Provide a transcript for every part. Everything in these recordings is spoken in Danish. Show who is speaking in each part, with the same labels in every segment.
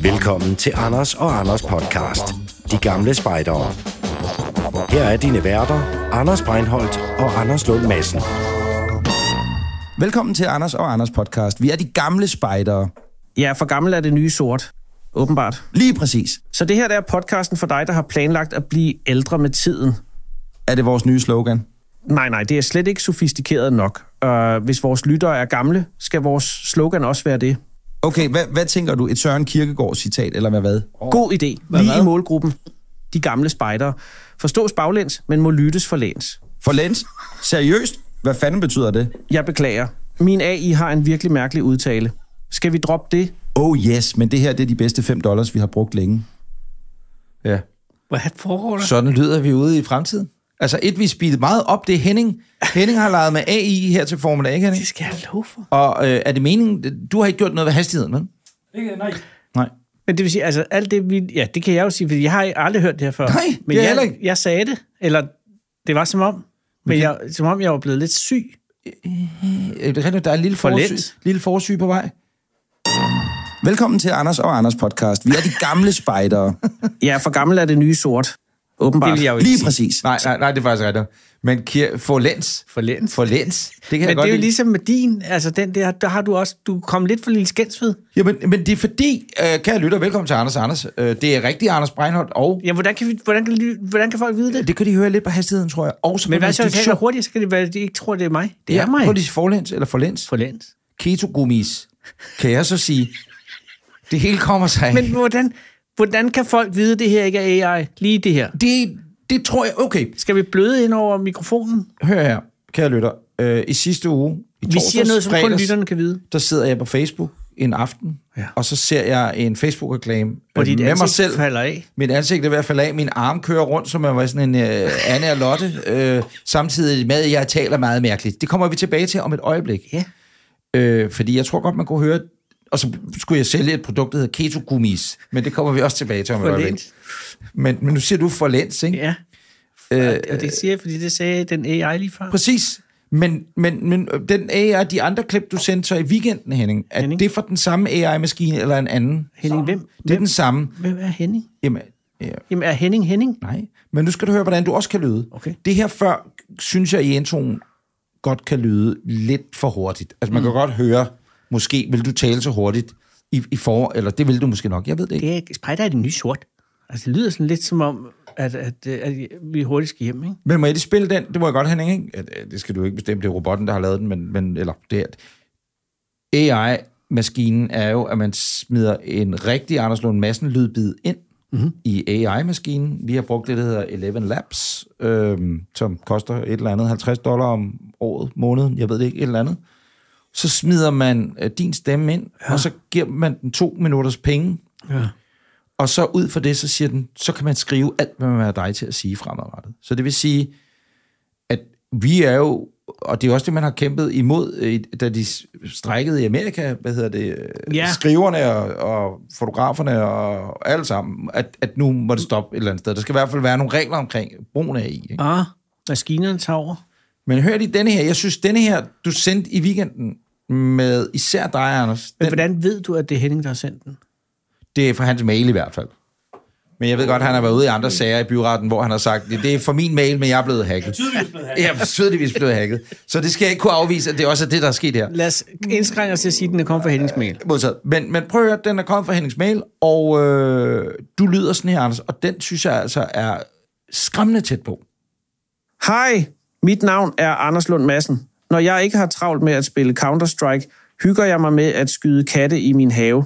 Speaker 1: Velkommen til Anders og Anders podcast. De gamle spejdere. Her er dine værter, Anders Breinholt og Anders Lund Madsen.
Speaker 2: Velkommen til Anders og Anders podcast. Vi er de gamle spejdere.
Speaker 3: Ja, for gammel er det nye sort. Åbenbart.
Speaker 2: Lige præcis.
Speaker 3: Så det her der er podcasten for dig, der har planlagt at blive ældre med tiden.
Speaker 2: Er det vores nye slogan?
Speaker 3: Nej, nej, det er slet ikke sofistikeret nok. Uh, hvis vores lyttere er gamle, skal vores slogan også være det.
Speaker 2: Okay, hvad, hvad tænker du? Et Søren Kirkegaard-citat, eller hvad hvad?
Speaker 3: God idé. Lige i målgruppen. De gamle spejdere. Forstås baglæns, men må lyttes forlæns.
Speaker 2: For Lens? Seriøst? Hvad fanden betyder det?
Speaker 3: Jeg beklager. Min AI har en virkelig mærkelig udtale. Skal vi droppe det?
Speaker 2: Oh yes, men det her det er de bedste 5 dollars, vi har brugt længe.
Speaker 4: Ja.
Speaker 5: Hvad foregår der?
Speaker 4: Sådan lyder vi ude i fremtiden. Altså et, vi speedede meget op, det er Henning. Henning har leget med AI her til Formel A, ikke Henning?
Speaker 5: Det skal jeg love for.
Speaker 4: Og øh, er det meningen, du har ikke gjort noget ved hastigheden, men?
Speaker 6: Ikke, nej.
Speaker 4: Nej.
Speaker 3: Men det vil sige, altså alt det, vi... Ja, det kan jeg jo sige, fordi jeg har aldrig hørt det her før.
Speaker 4: Nej,
Speaker 3: men
Speaker 4: det er
Speaker 3: jeg,
Speaker 4: heller ikke.
Speaker 3: jeg sagde det, eller det var som om. Men jeg, som om jeg var blevet lidt syg.
Speaker 4: Øh, Henning, der er en lille,
Speaker 3: For
Speaker 4: forsy,
Speaker 3: let.
Speaker 4: lille forsy på vej.
Speaker 2: Velkommen til Anders og Anders podcast. Vi er de gamle spejdere.
Speaker 3: Ja, for gammel er det nye sort. Åbenbart.
Speaker 4: Det vil jeg jo ikke
Speaker 2: Lige
Speaker 4: sige.
Speaker 2: præcis.
Speaker 4: Nej, nej, nej, det er faktisk rigtigt. Men Kier, for lens. For lens. For lens. Det kan jeg
Speaker 3: Men
Speaker 4: godt
Speaker 3: det er jo
Speaker 4: lide.
Speaker 3: ligesom med din, altså den der, der har du også, du kom lidt for lille skændsved.
Speaker 4: Jamen, men det er fordi, øh, kære lytter, velkommen til Anders og Anders. Øh, det er rigtig Anders Breinholt, og
Speaker 3: Ja, hvordan kan, vi, hvordan, kan, ly- hvordan kan folk vide det?
Speaker 4: det kan de høre lidt på hastigheden, tror jeg. Og så
Speaker 3: Men hvad så, hvis jeg taler hurtigt, så kan det være, at de ikke tror, det er mig. Det
Speaker 4: Ja,
Speaker 3: ja, er mig.
Speaker 4: Prøv lige forlæns eller forlæns.
Speaker 3: For læns.
Speaker 4: Ketogummis, kan jeg så sige. Det hele kommer sig af.
Speaker 3: Men hvordan, hvordan kan folk vide, at det her ikke er AI? Lige det her.
Speaker 4: det, det tror jeg... Okay,
Speaker 3: Skal vi bløde ind over mikrofonen?
Speaker 4: hør her, kære lytter. Øh, I sidste uge, i
Speaker 3: Vi siger noget, som kun
Speaker 4: fredags,
Speaker 3: lytterne kan vide.
Speaker 4: der sidder jeg på Facebook en aften, ja. og så ser jeg en Facebook-reklame øh,
Speaker 3: Hvor dit
Speaker 4: med mig
Speaker 3: ansigt
Speaker 4: selv.
Speaker 3: falder af.
Speaker 4: Mit ansigt er ved at falde af, min arm kører rundt, som jeg var sådan en øh, Anne og Lotte, øh, samtidig med, at jeg taler meget mærkeligt. Det kommer vi tilbage til om et øjeblik.
Speaker 3: Ja.
Speaker 4: Øh, fordi jeg tror godt, man kunne høre... Og så skulle jeg sælge et produkt, der hedder Keto Gummis. Men det kommer vi også tilbage til om et
Speaker 3: For
Speaker 4: øjeblik.
Speaker 3: læns.
Speaker 4: Men, men nu siger du for læns, ikke?
Speaker 3: Ja,
Speaker 4: Øh,
Speaker 3: og det siger jeg, fordi det sagde den AI lige før.
Speaker 4: Præcis. Men, men, men øh, den AI, de andre klip, du sendte så i weekenden, Henning, er
Speaker 3: Henning?
Speaker 4: det fra den samme AI-maskine eller en anden?
Speaker 3: Henning, hvem,
Speaker 4: Det er
Speaker 3: hvem,
Speaker 4: den samme.
Speaker 3: hvem er Henning?
Speaker 4: Jamen, ja,
Speaker 3: Jamen, er Henning Henning?
Speaker 4: nej. Men nu skal du høre, hvordan du også kan lyde.
Speaker 3: Okay.
Speaker 4: Det her før, synes jeg i introen, godt kan lyde lidt for hurtigt. Altså, man
Speaker 3: Mm.
Speaker 4: kan godt høre, måske vil du tale så hurtigt i, i for, eller det vil du måske nok, jeg ved det ikke.
Speaker 3: Det er, spejder er det nye sort. Altså, det lyder sådan lidt som om, at, at, at, at vi hurtigt skal hjem, ikke?
Speaker 4: Men må jeg lige spille den? Det må jeg godt, Henning, ikke? Ja, det- Det skal du ikke bestemme, det er robotten, der har lavet den, men, men eller det er... AI-maskinen er jo, at man smider en rigtig Anders Lund Madsen lydbid ind mm-hmm. i AI-maskinen. Vi har brugt det, der hedder Eleven Labs, øhm, som koster et eller andet 50 dollar om året, måneden, jeg ved det ikke, et eller andet. Så smider man øh, din stemme ind, ja. og så giver man den to minutters penge.
Speaker 3: Ja.
Speaker 4: Og så ud fra det, så siger den, så kan man skrive alt, hvad man vil have dig til at sige fremadrettet. Så det vil sige, at vi er jo, og det er også det, man har kæmpet imod, øh, da de s- strejkede i Amerika, hvad hedder det, øh,
Speaker 3: Ja.
Speaker 4: skriverne og, og fotograferne og alle sammen, at, at nu må det stoppe et eller andet sted. Der skal i hvert fald være nogle regler omkring brugen af AI. Ikke?
Speaker 3: Ah, maskinerne tager over.
Speaker 4: Men hør lige denne her, jeg synes, denne her, du sendte i weekenden med især dig, Anders,
Speaker 3: Men
Speaker 4: den,
Speaker 3: hvordan ved du, at det er Henning, der har sendt den?
Speaker 4: Det er fra hans mail i hvert fald. Men jeg ved godt, at han har været ude i andre sager i byretten, hvor han har sagt, det er fra min mail, men jeg er blevet hacket.
Speaker 6: Tydeligvis blevet hacket.
Speaker 4: Jeg er tydeligvis blevet hacket. Så det skal jeg ikke kunne afvise, at det også er det, der er sket her.
Speaker 3: Lad os indskrænke os til at sige, at den er kommet fra Hennings mail.
Speaker 4: Modtaget. Men, men prøv at høre, den er kommet fra Hennings mail, og øh, du lyder sådan her, Anders, og den synes jeg altså er skræmmende tæt på.
Speaker 3: Hej, mit navn er Anders Lund Madsen. Når jeg ikke har travlt med at spille Counter-Strike, hygger jeg mig med at skyde katte i min have.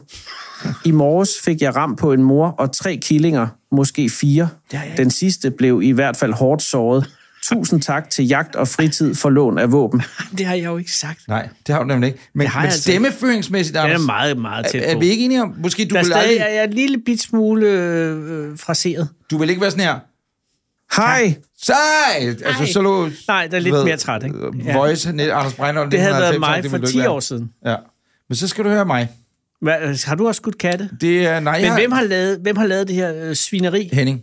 Speaker 3: I morges fik jeg ram på en mor og tre killinger, måske fire. Den sidste blev i hvert fald hårdt såret. Tusind tak til Jagt og Fritid for lån af våben.
Speaker 5: Det har jeg jo ikke sagt.
Speaker 4: Nej, det har du nemlig ikke. Men,
Speaker 3: Det har
Speaker 4: men
Speaker 3: jeg altså ikke.
Speaker 4: stemmeføringsmæssigt, Anders,
Speaker 3: Den er meget, meget tæt
Speaker 4: er, er
Speaker 3: på.
Speaker 4: vi ikke enige om, måske du
Speaker 3: Der er
Speaker 4: vil,
Speaker 3: stadig, er
Speaker 4: aldrig,
Speaker 3: jeg en lille bit smule øh, øh, fraseret.
Speaker 4: du vil ikke være sådan her,
Speaker 3: Hej!
Speaker 4: sej! Altså, så lå,
Speaker 3: Nej, der er lidt
Speaker 4: du ved,
Speaker 3: mere træt, ikke?
Speaker 4: øh,
Speaker 3: Ja.
Speaker 4: Voice, net, Anders Breinholt,
Speaker 3: Det havde været
Speaker 4: 1990,
Speaker 3: mig
Speaker 4: det
Speaker 3: for
Speaker 4: ville du
Speaker 3: 10
Speaker 4: ikke være.
Speaker 3: år siden.
Speaker 4: Ja. Men så skal du høre mig.
Speaker 3: Hvad, har du også skudt katte?
Speaker 4: Det er, nej,
Speaker 3: Men
Speaker 4: jeg-
Speaker 3: hvem har lavet, hvem har lavet det her øh, svineri?
Speaker 4: Henning.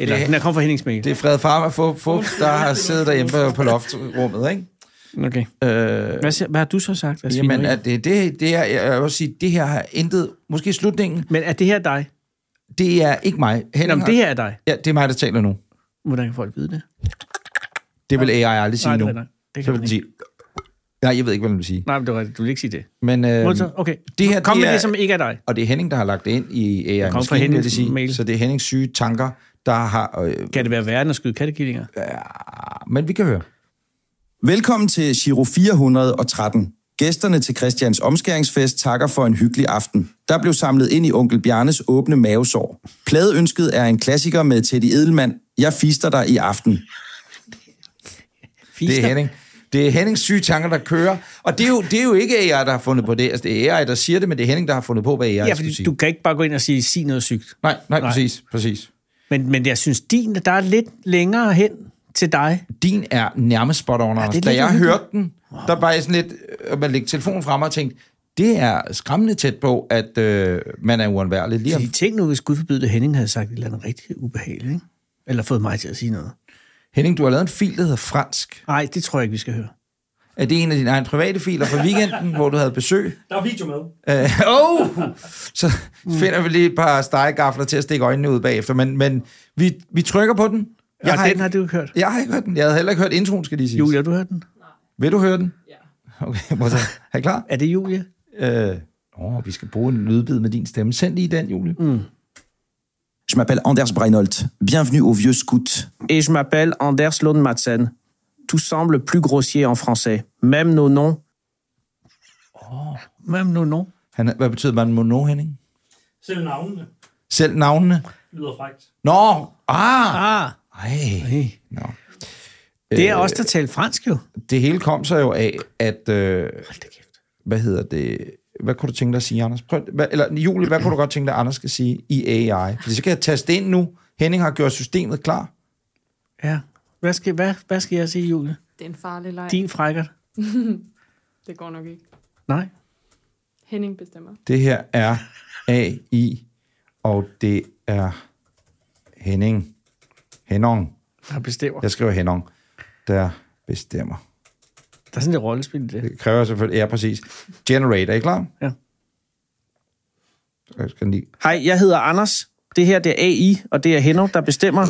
Speaker 3: Eller,
Speaker 4: det-
Speaker 3: den er kommet fra Hennings mail.
Speaker 4: Det er Fred Farmer, få, få, der har siddet derhjemme på, på loftrummet, ikke?
Speaker 5: Okay.
Speaker 4: Øh,
Speaker 5: Hvad, siger, hvad har du så sagt? Asvin?
Speaker 4: jamen, at det, det, det er, jeg vil sige, det her har intet... Måske slutningen,
Speaker 5: Men er det her dig?
Speaker 4: det er ikke mig. Henning
Speaker 5: Nå, men
Speaker 4: har-
Speaker 5: det her er dig.
Speaker 4: Ja, det er mig, der taler nu.
Speaker 5: Hvordan kan folk vide det?
Speaker 4: Det vil AI aldrig sige
Speaker 5: Nej,
Speaker 4: nu.
Speaker 5: det er rigtigt.
Speaker 4: Så
Speaker 5: Det kan
Speaker 4: vil
Speaker 5: man
Speaker 4: den
Speaker 5: ikke.
Speaker 4: sige... Nej, jeg ved ikke, hvad den vil sige.
Speaker 5: Nej, men det er rigtigt. Du vil ikke sige det.
Speaker 4: Men, øh,
Speaker 5: Modtaget. Okay.
Speaker 4: det her,
Speaker 5: Kom
Speaker 4: det
Speaker 5: med
Speaker 4: er-
Speaker 5: det, som ikke er dig.
Speaker 4: og det er Henning, der har lagt det ind i AI.
Speaker 5: kom fra
Speaker 4: Maskinen, vil jeg
Speaker 5: Hennings
Speaker 4: sige.
Speaker 5: mail.
Speaker 4: Så det er Hennings syge tanker, der har... Øh,
Speaker 5: Kan det være værre end at skyde kattekillinger?
Speaker 4: men vi kan høre.
Speaker 2: Velkommen til Giro 413. Gæsterne til Christians omskæringsfest takker for en hyggelig aften. Der blev samlet ind i onkel Bjarnes åbne mavesår. Pladeønsket er en klassiker med Teddy Edelmann. Jeg fister dig i aften.
Speaker 4: Det er Henning. Det er Hennings syge tanker, der kører. Og det er, jo, det er jo ikke AI, der har fundet på det. Altså, det er AI, der siger det, men det er Henning, der har fundet på, hvad AI
Speaker 5: Ja,
Speaker 4: ja,
Speaker 5: fordi
Speaker 4: skulle sige.
Speaker 5: du kan ikke bare gå ind og sige, sig noget sygt.
Speaker 4: Nej, nej, nej, præcis, præcis.
Speaker 5: Men, men jeg synes, din, der er lidt længere hen til dig.
Speaker 4: Din er nærmest spot on, Anders.
Speaker 5: lidt
Speaker 4: Da jeg
Speaker 5: uhyggeligt.
Speaker 4: hørte den, der var jeg sådan lidt... Øh, man lægger telefonen frem og tænkte, det er skræmmende tæt på, at øh, man er uundværlig. Lige om,
Speaker 5: Fordi tænk nu, hvis Gud forbyde det, Henning havde sagt et eller andet rigtig ubehageligt, ikke? Eller fået mig til at sige noget.
Speaker 4: Henning, du har lavet en fil, der hedder fransk.
Speaker 5: Nej, det tror jeg ikke, vi skal høre.
Speaker 4: Er det en af dine egne private filer fra weekenden, hvor du havde besøg?
Speaker 6: Der er video med.
Speaker 4: Øh, oh! Så finder vi lige et par stegegafler til at stikke øjnene ud bagefter, men, men vi, vi trykker på den.
Speaker 5: Jeg og den
Speaker 4: ikke,
Speaker 5: har du ikke hørt.
Speaker 4: jeg har ikke hørt den. Jeg havde heller ikke hørt introen, skal lige sige.
Speaker 5: Julia, har du hørt den?
Speaker 4: Vil du høre den? Ja. Okay, prøv at tage. er I klar?
Speaker 5: Er det Julia?
Speaker 4: Øh, åh, vi skal bruge en lydbid med din stemme. Send lige den, Julie. Mm.
Speaker 2: Je m'appelle Anders Breinholt. Bienvenue au vieux scout.
Speaker 3: Et je m'appelle Anders Lund Madsen. Tout semble plus grossier en français. Même nos noms.
Speaker 5: Oh, Hvem nu nu?
Speaker 4: Han, er- hvad betyder man mono, Henning?
Speaker 6: Selv navnene
Speaker 4: Selv navnene?
Speaker 6: lyder frækt.
Speaker 4: Nå! Ah!
Speaker 5: Ah,
Speaker 4: Ej.
Speaker 5: hey.
Speaker 4: Nå.
Speaker 5: det er også der taler fransk jo.
Speaker 4: Det hele kom så jo af, at... Øh,
Speaker 5: Hold da kæft.
Speaker 4: hvad hedder det, hvad kunne du tænke dig at sige, Anders? Prøv, hvad, eller Julie, hvad kunne du godt tænke dig, Anders skal sige i AI? Fordi så kan jeg taste ind nu. Henning har gjort systemet klar.
Speaker 5: Ja. Hvad skal, hvad, hvad skal jeg sige, Julia?
Speaker 7: Det er en farlig leg.
Speaker 5: Din frækkert?
Speaker 7: Det går nok ikke.
Speaker 5: Nej.
Speaker 7: Henning bestemmer.
Speaker 4: Det her er AI, og det er Henning. Henning.
Speaker 5: Der bestemmer.
Speaker 4: Jeg skriver Henning, der bestemmer.
Speaker 5: Der er sådan et rollespil i det.
Speaker 4: Det kræver selvfølgelig, ja præcis. Generate, er I klar?
Speaker 5: Ja.
Speaker 4: Jeg skal lige...
Speaker 3: Hej, jeg hedder Anders. Det her, det er AI, og det er Henno, der bestemmer.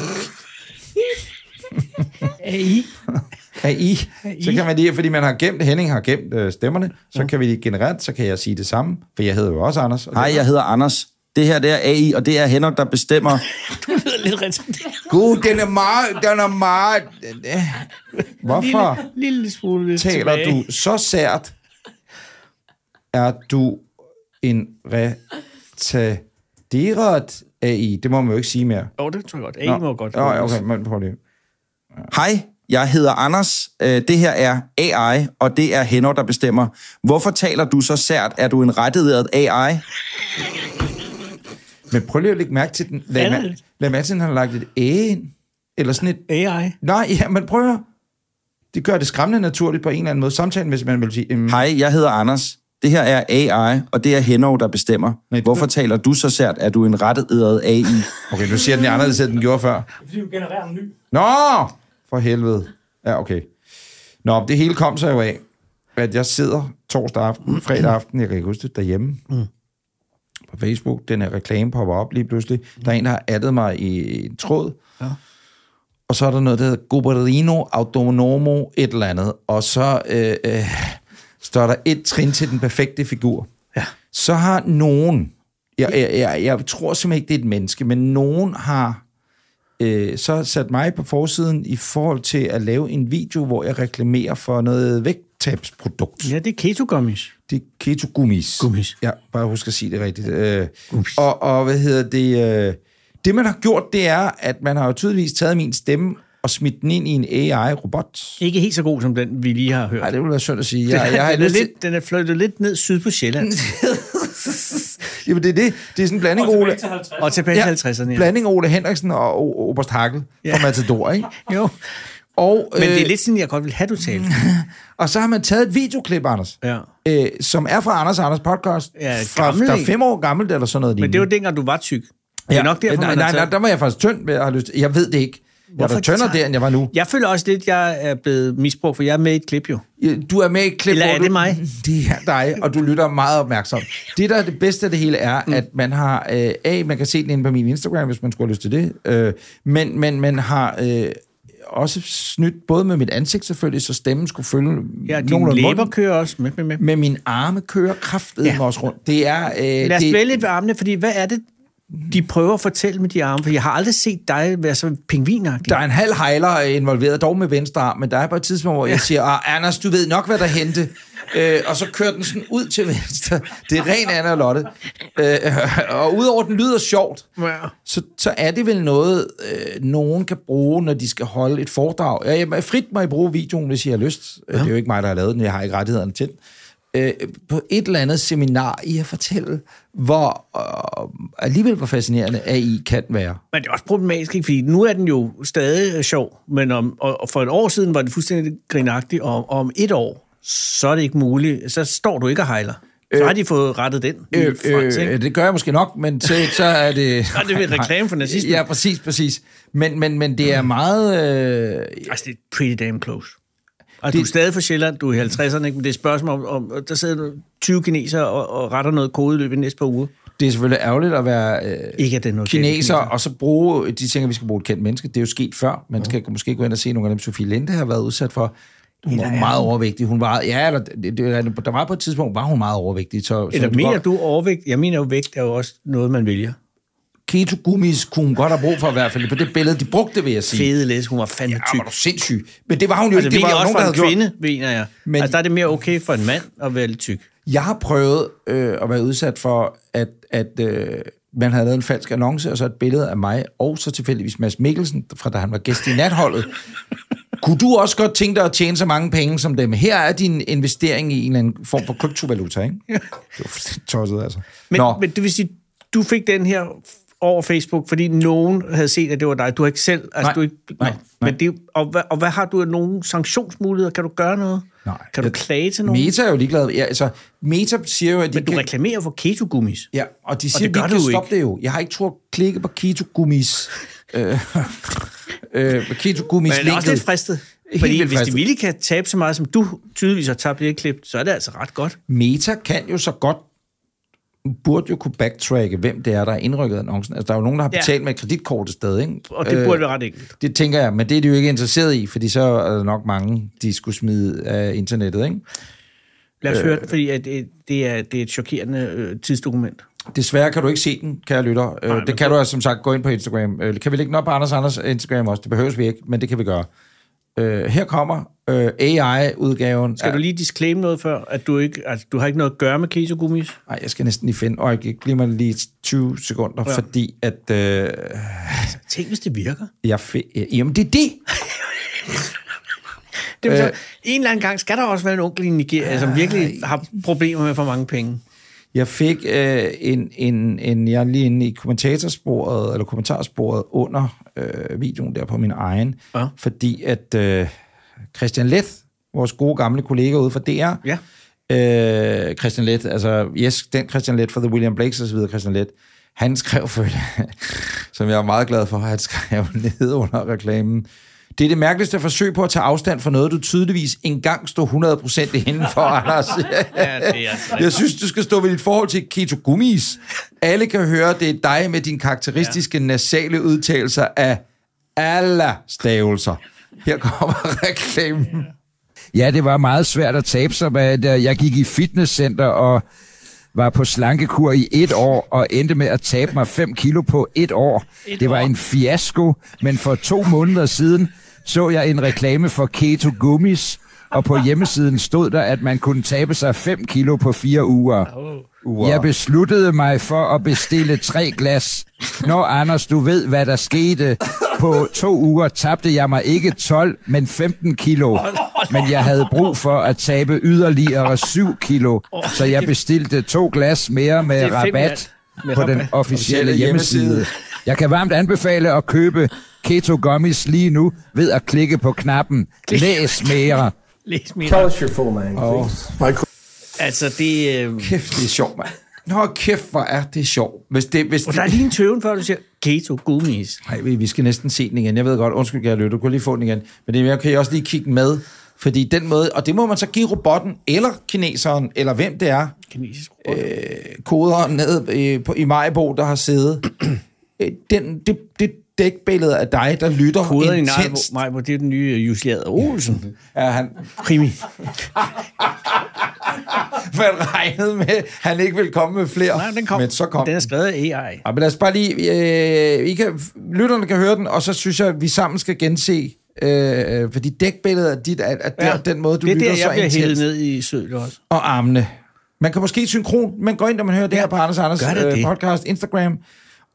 Speaker 5: AI?
Speaker 4: AI. Så kan man lige, fordi man har gemt, Henning har gemt øh, stemmerne, så kan vi lige generere, så kan jeg sige det samme, for jeg hedder jo også Anders. og det-
Speaker 2: Hej, jeg hedder Anders. Det her det er AI, og det er Henrik, der bestemmer.
Speaker 5: Det er lidt retarderet.
Speaker 4: Gud, den er meget, den er meget... den er- Hvorfor
Speaker 5: Lille smule
Speaker 4: taler
Speaker 5: tilbage.
Speaker 4: du så sært? Er du en retarderet AI? Det må man jo ikke sige mere.
Speaker 5: Jo, det tror jeg godt. AI må godt.
Speaker 4: Nå, okay, men prøv lige.
Speaker 2: Hej, jeg hedder Anders. Øh, Det her er AI, og det er Henrik, der bestemmer. Hvorfor taler du så sært? Er du en rettigeret AI?
Speaker 4: Men prøv lige at lægge mærke til den. Læg, mær-
Speaker 5: Andet.
Speaker 4: læg mærke til, at han har lagt et æ ind. Eller sådan et...
Speaker 5: AI.
Speaker 4: Nej, ja, men prøv at høre. Det gør det skræmmende naturligt på en eller anden måde. Samtidig, hvis man vil sige... Um,
Speaker 2: Hej, jeg hedder Anders. Det her er AI, og det er Henrik, der bestemmer.
Speaker 4: det-
Speaker 2: Hvorfor taler du så sært? Er du en rettigeret AI?
Speaker 4: okay, nu siger den i anderledes, end den gjorde før.
Speaker 6: Det er fordi, du genererer en ny.
Speaker 4: Nå! For helvede. Ja, okay. Nå, det hele kom så jo af, at jeg sidder torsdag aften, fredag aften, jeg kan ikke huske det, derhjemme på Facebook. Den her reklame popper op lige pludselig. Der er en, der har addet mig i en tråd. Ja. Og så er der noget, der hedder Goberino Autonomo et eller andet. Og så øh, øh, står der et trin til den perfekte figur. Ja. Så har nogen, jeg, jeg, jeg, jeg tror simpelthen ikke, det er et menneske, men nogen har øh, så sat mig på forsiden i forhold til at lave en video, hvor jeg reklamerer for noget vægttabsprodukt.
Speaker 5: Ja, det er ketogummies.
Speaker 4: Det er keto-gummis.
Speaker 5: Gummis.
Speaker 4: Ja, bare husk at sige det rigtigt. Øh, og, og hvad hedder det? Øh, det, man har gjort, det er, at man har jo tydeligvis taget min stemme og smidt den ind i en AI-robot.
Speaker 5: Ikke helt så god som den, vi lige har hørt.
Speaker 4: Nej, det ville være synd at sige. Jeg, jeg har
Speaker 5: den, er
Speaker 4: lyst til...
Speaker 5: lidt, den er flyttet lidt ned syd på Sjælland.
Speaker 4: Jamen, det er det. Det er sådan en blanding,
Speaker 6: Og
Speaker 4: Ole.
Speaker 6: tilbage til 50.
Speaker 5: Og tilbage til 50'erne. Ja.
Speaker 4: Blanding Ole Henriksen og O- Oberst Hakkel ja. fra Matador, ikke?
Speaker 5: Jo.
Speaker 4: Og,
Speaker 5: Men det er
Speaker 4: øh,
Speaker 5: lidt sådan, jeg godt vil have, du talte.
Speaker 3: Mm.
Speaker 4: og så har man taget et videoklip, Anders,
Speaker 5: Ja.
Speaker 4: øh, som er fra Anders og Anders podcast,
Speaker 5: Ja,
Speaker 4: fra,
Speaker 5: gammel,
Speaker 4: der er
Speaker 5: ikke?
Speaker 4: fem år gammelt eller sådan noget.
Speaker 5: Men det var dengang, du var tyk. Det er nok derfor,
Speaker 4: nej,
Speaker 5: man har
Speaker 4: nej, nej,
Speaker 5: taget...
Speaker 4: der var jeg faktisk tynd, men jeg har lyst Jeg ved det ikke. Jeg var
Speaker 3: Hvorfor
Speaker 4: da tyndere
Speaker 3: tager-
Speaker 4: der, end jeg var nu.
Speaker 3: Jeg føler også lidt, jeg er blevet misbrugt, for jeg er med i et klip jo.
Speaker 4: Du er med i et klip,
Speaker 3: Eller
Speaker 4: hvor
Speaker 3: er
Speaker 4: du,
Speaker 3: det mig?
Speaker 4: Det er dig, og du lytter meget opmærksomt. Det, der er det bedste af det hele, er, mm. at man har... Øh, A, man kan se den inde på min Instagram, hvis man skulle have lyst til det. Øh, men, men man har øh, også snydt, både med mit ansigt selvfølgelig, så stemmen skulle følge
Speaker 3: Ja, dine
Speaker 4: nogenlunde
Speaker 3: læber
Speaker 4: munden.
Speaker 3: kører også med, med, med.
Speaker 4: Men mine arme kører kraftedeme ja. også rundt. Det er... Øh,
Speaker 3: Lad os
Speaker 4: det, Mm.
Speaker 3: dvæle lidt ved armene, fordi hvad er det, de prøver at fortælle med de arme? For jeg har aldrig set dig være så pingvinagtig.
Speaker 4: Der er en halv hejler øh, involveret, dog med venstre arm, men der er bare et tidspunkt, hvor jeg siger, "Ah, Anders, du ved nok, hvad der hente. Øh, og så kører den sådan ud til venstre. Det er ren Anna og Lotte. Øh, og udover den lyder sjovt, så, så er det vel noget, øh, nogen kan bruge, når de skal holde et foredrag. Ja, jeg frit mig bruge videoen, hvis I har lyst. Ja. Det er jo ikke mig, der har lavet den. Jeg har ikke rettighederne til den. Øh, på et eller andet seminar i at fortælle, hvor øh, alligevel hvor fascinerende AI kan være.
Speaker 3: Men det er også problematisk, ikke? fordi nu er den jo stadig øh, sjov, men om, og og for et år siden var den fuldstændig grinagtig, og, og om et år, så er det ikke muligt. Så står du ikke og hejler. Så har de fået rettet den. i
Speaker 4: Øh,
Speaker 3: front, ikke?
Speaker 4: øh, det gør jeg måske nok, men så, så er det...
Speaker 3: Nej, det er vel reklame for nazismen. Mm.
Speaker 4: Ja, præcis, præcis. Men, men, men det er meget... Øh,
Speaker 3: Altså, det er pretty damn close. Og det... du er stadig fra Sjælland, du er i 50'erne, ikke? men det er et spørgsmål om, om der sidder 20 kineser og, og retter noget kode i løbet af de næste par uger.
Speaker 4: det er selvfølgelig ærgerligt at være øh,
Speaker 3: Ikke at det er noget galt med
Speaker 4: kineser, og så bruge... øh, De tænker, vi skal bruge et kendt menneske. Det er jo sket før. Man skal
Speaker 3: Mm.
Speaker 4: måske gå ind og se nogle af dem, Sofie Linde har været udsat for. Hun var meget overvægtig. Hun var, ja, eller, det, det, der var på et tidspunkt, var hun meget overvægtig. Så, så
Speaker 3: Eller
Speaker 4: det
Speaker 3: mener
Speaker 4: godt-
Speaker 3: du overvægt? Jeg mener jo, vægt er jo også noget, man vælger.
Speaker 4: Keto-gummis kunne hun godt have brug for, i hvert fald på det billede, de brugte, vil jeg sige.
Speaker 3: Fede læs, hun var fandme
Speaker 4: Ja,
Speaker 3: tyk.
Speaker 4: var du sindssyg. Men det var hun jo
Speaker 3: Altså,
Speaker 4: ikke. Det
Speaker 3: det
Speaker 4: var
Speaker 3: er
Speaker 4: jo
Speaker 3: også
Speaker 4: nogen, der havde
Speaker 3: for en
Speaker 4: gjort.
Speaker 3: kvinde, mener jeg.
Speaker 4: Men-
Speaker 3: Men... Altså, der er det mere okay for en mand at være lidt tyk.
Speaker 4: Jeg har prøvet øh, at være udsat for, at, at øh, man havde lavet en falsk annonce, og så et billede af mig, og så tilfældigvis Mads Mikkelsen, fra da han var gæst i natholdet. Kunne du også godt tænke dig at tjene så mange penge som dem? Her er din investering i en eller anden form for kryptovaluta, ikke? Det var fuldstændig tosset, altså.
Speaker 3: Men,
Speaker 4: Nå,
Speaker 3: men det vil sige, du fik den her f- over Facebook, fordi nogen havde set, at det var dig. Du har ikke selv... Altså,
Speaker 4: Nej,
Speaker 3: du ikke,
Speaker 4: nej,
Speaker 3: Nå.
Speaker 4: nej.
Speaker 3: Men det, og, hvad, og hvad har du af nogle sanktionsmuligheder? Kan du gøre noget?
Speaker 4: Nej.
Speaker 3: Kan du
Speaker 4: Jeg-
Speaker 3: klage til nogen?
Speaker 4: Meta er jo ligeglad. Ja, altså, Meta siger jo, at de
Speaker 3: Men du
Speaker 4: kan...
Speaker 3: reklamerer for ketogummis.
Speaker 4: Ja, og de siger,
Speaker 3: det
Speaker 4: vi
Speaker 3: gør
Speaker 4: kan
Speaker 3: du jo
Speaker 4: stoppe det jo. Jeg har ikke turt klikke på keto-gummis. øh, øh, keto-gummis
Speaker 3: Men jeg er også lidt
Speaker 4: linket.
Speaker 3: fristet.
Speaker 4: Helt
Speaker 3: Fordi
Speaker 4: vildt
Speaker 3: hvis de
Speaker 4: fristet.
Speaker 3: virkelig kan tabe så meget, som du tydeligvis har tabt i det her klip, så er det altså ret godt.
Speaker 4: Meta kan jo så godt burde jo kunne backtracke, hvem det er, der har indrykket annoncen. Altså, der er jo nogen, der har
Speaker 3: Ja.
Speaker 4: betalt med et kreditkort et sted, ikke? Øh,
Speaker 3: Og det burde være ret enkelt.
Speaker 4: Det tænker jeg, men det er de jo ikke interesseret i, fordi så er der nok mange, de skulle smide af internettet, ikke?
Speaker 3: Lad os øh, høre den, fordi at, øh, det, er, det er et chokerende øh, tidsdokument. Desværre
Speaker 4: Desværre kan du ikke se den, kære lytter. Nej, det kan du altså som sagt gå ind på Instagram. Øh, Kan vi lægge den op på Anders Anders Instagram også? Det behøves vi ikke, men det kan vi gøre. Øh, her kommer øh, AI-udgaven.
Speaker 3: Skal du lige disclaim noget før, at du ikke altså, du har ikke noget at gøre med ketogummis?
Speaker 4: Nej, jeg skal næsten lige finde... Og jeg giver mig lige 20 sekunder, ja. fordi at... Øh,
Speaker 3: Tænk, hvis det virker.
Speaker 4: Jeg fe- ja, jamen, det er det.
Speaker 3: Det øh, så, en eller anden gang skal der også være en onkel i Nigeria, som virkelig har problemer med for mange penge.
Speaker 4: Jeg fik øh, en, en, en... Jeg er lige inde i kommentatorsporet, eller kommentarsporet under øh, videoen der på min egen.
Speaker 3: Ja.
Speaker 4: Fordi at øh, Christian Leth, vores gode gamle kollega ude fra DR,
Speaker 3: Ja.
Speaker 4: øh, Christian Leth, altså yes, den Christian Leth fra The William Blakes osv., Christian Leth, han skrev følge, som jeg er meget glad for, han skrev ned under reklamen, det er det mærkeligste forsøg på at tage afstand fra noget, du tydeligvis engang stod 100% inden for, Anders.
Speaker 3: Ja, det er altså
Speaker 4: Jeg synes, du skal stå ved dit forhold til keto gummis. Alle kan høre, det er dig med dine karakteristiske nasale udtalelser af alle stavelser. Her kommer reklamen.
Speaker 8: Ja, det var meget svært at tabe sig med. at, øh, Jeg gik i fitnesscenter og var på slankekur i et år og endte med at tabe mig 5 kilo på et år. det var en fiasko, men for to måneder siden så jeg en reklame for Keto Gummis, og på hjemmesiden stod der, at man kunne tabe sig 5 kilo på fire uger. Wow. Jeg besluttede mig for at bestille tre glas. Nå, Anders, du ved, hvad der skete. På to uger tabte jeg mig ikke 12, men 15 kilo. Men jeg havde brug for at tabe yderligere 7 kilo, så jeg bestilte to glas mere med
Speaker 3: Det er fem
Speaker 8: rabat
Speaker 3: med
Speaker 8: på den
Speaker 3: rabat.
Speaker 8: officielle
Speaker 4: Officielle
Speaker 8: hjemmeside. Jeg kan varmt anbefale at købe Keto Gummies lige nu ved at klikke på knappen Læs mere.
Speaker 3: læs mere.
Speaker 1: us your full name, please.
Speaker 3: Altså, det... Øh,
Speaker 4: Kæft, det er sjovt, mand. Nå, kæft, hvor er det sjovt. Hvis det, hvis
Speaker 3: og der er lige en tøven, før du siger,
Speaker 5: Keto gummis.
Speaker 4: Nej, vi vi skal næsten se den igen. Jeg ved godt, undskyld, kære lytter, du kunne lige få den igen. Men det, jeg kan jo også lige kigge med, fordi den måde, og det må man så give robotten, eller kineseren, eller hvem det er,
Speaker 5: Kinesisk
Speaker 4: øh, koder ned øh, på, i Majbo, der har siddet. Øh, den, det, det dækbillede af dig, der lytter
Speaker 5: Koder i
Speaker 4: intenst.
Speaker 5: nej, hvor det er den nye øh, Jussi Adler Olsen.
Speaker 4: Ja, han,
Speaker 5: Krimi.
Speaker 4: man regnede med, at han ikke ville komme med flere.
Speaker 5: Nej, den kom.
Speaker 4: Men så kom
Speaker 5: Den er skrevet af AI.
Speaker 4: Ja, men lad os bare lige... Øh, I kan, lytterne kan høre den, og så synes jeg, at vi sammen skal gense... Øh, fordi dækbilledet er dit, at, at ja, den måde, du
Speaker 5: det er
Speaker 4: lytter
Speaker 5: der,
Speaker 4: så
Speaker 5: jeg bliver hældet
Speaker 4: intenst.
Speaker 5: ned i sølet også.
Speaker 4: Og armene. Man kan måske synkron... Man går ind, når man hører ja, det her på Anders Anders
Speaker 5: gør det
Speaker 4: øh,
Speaker 5: det?
Speaker 4: podcast, Instagram.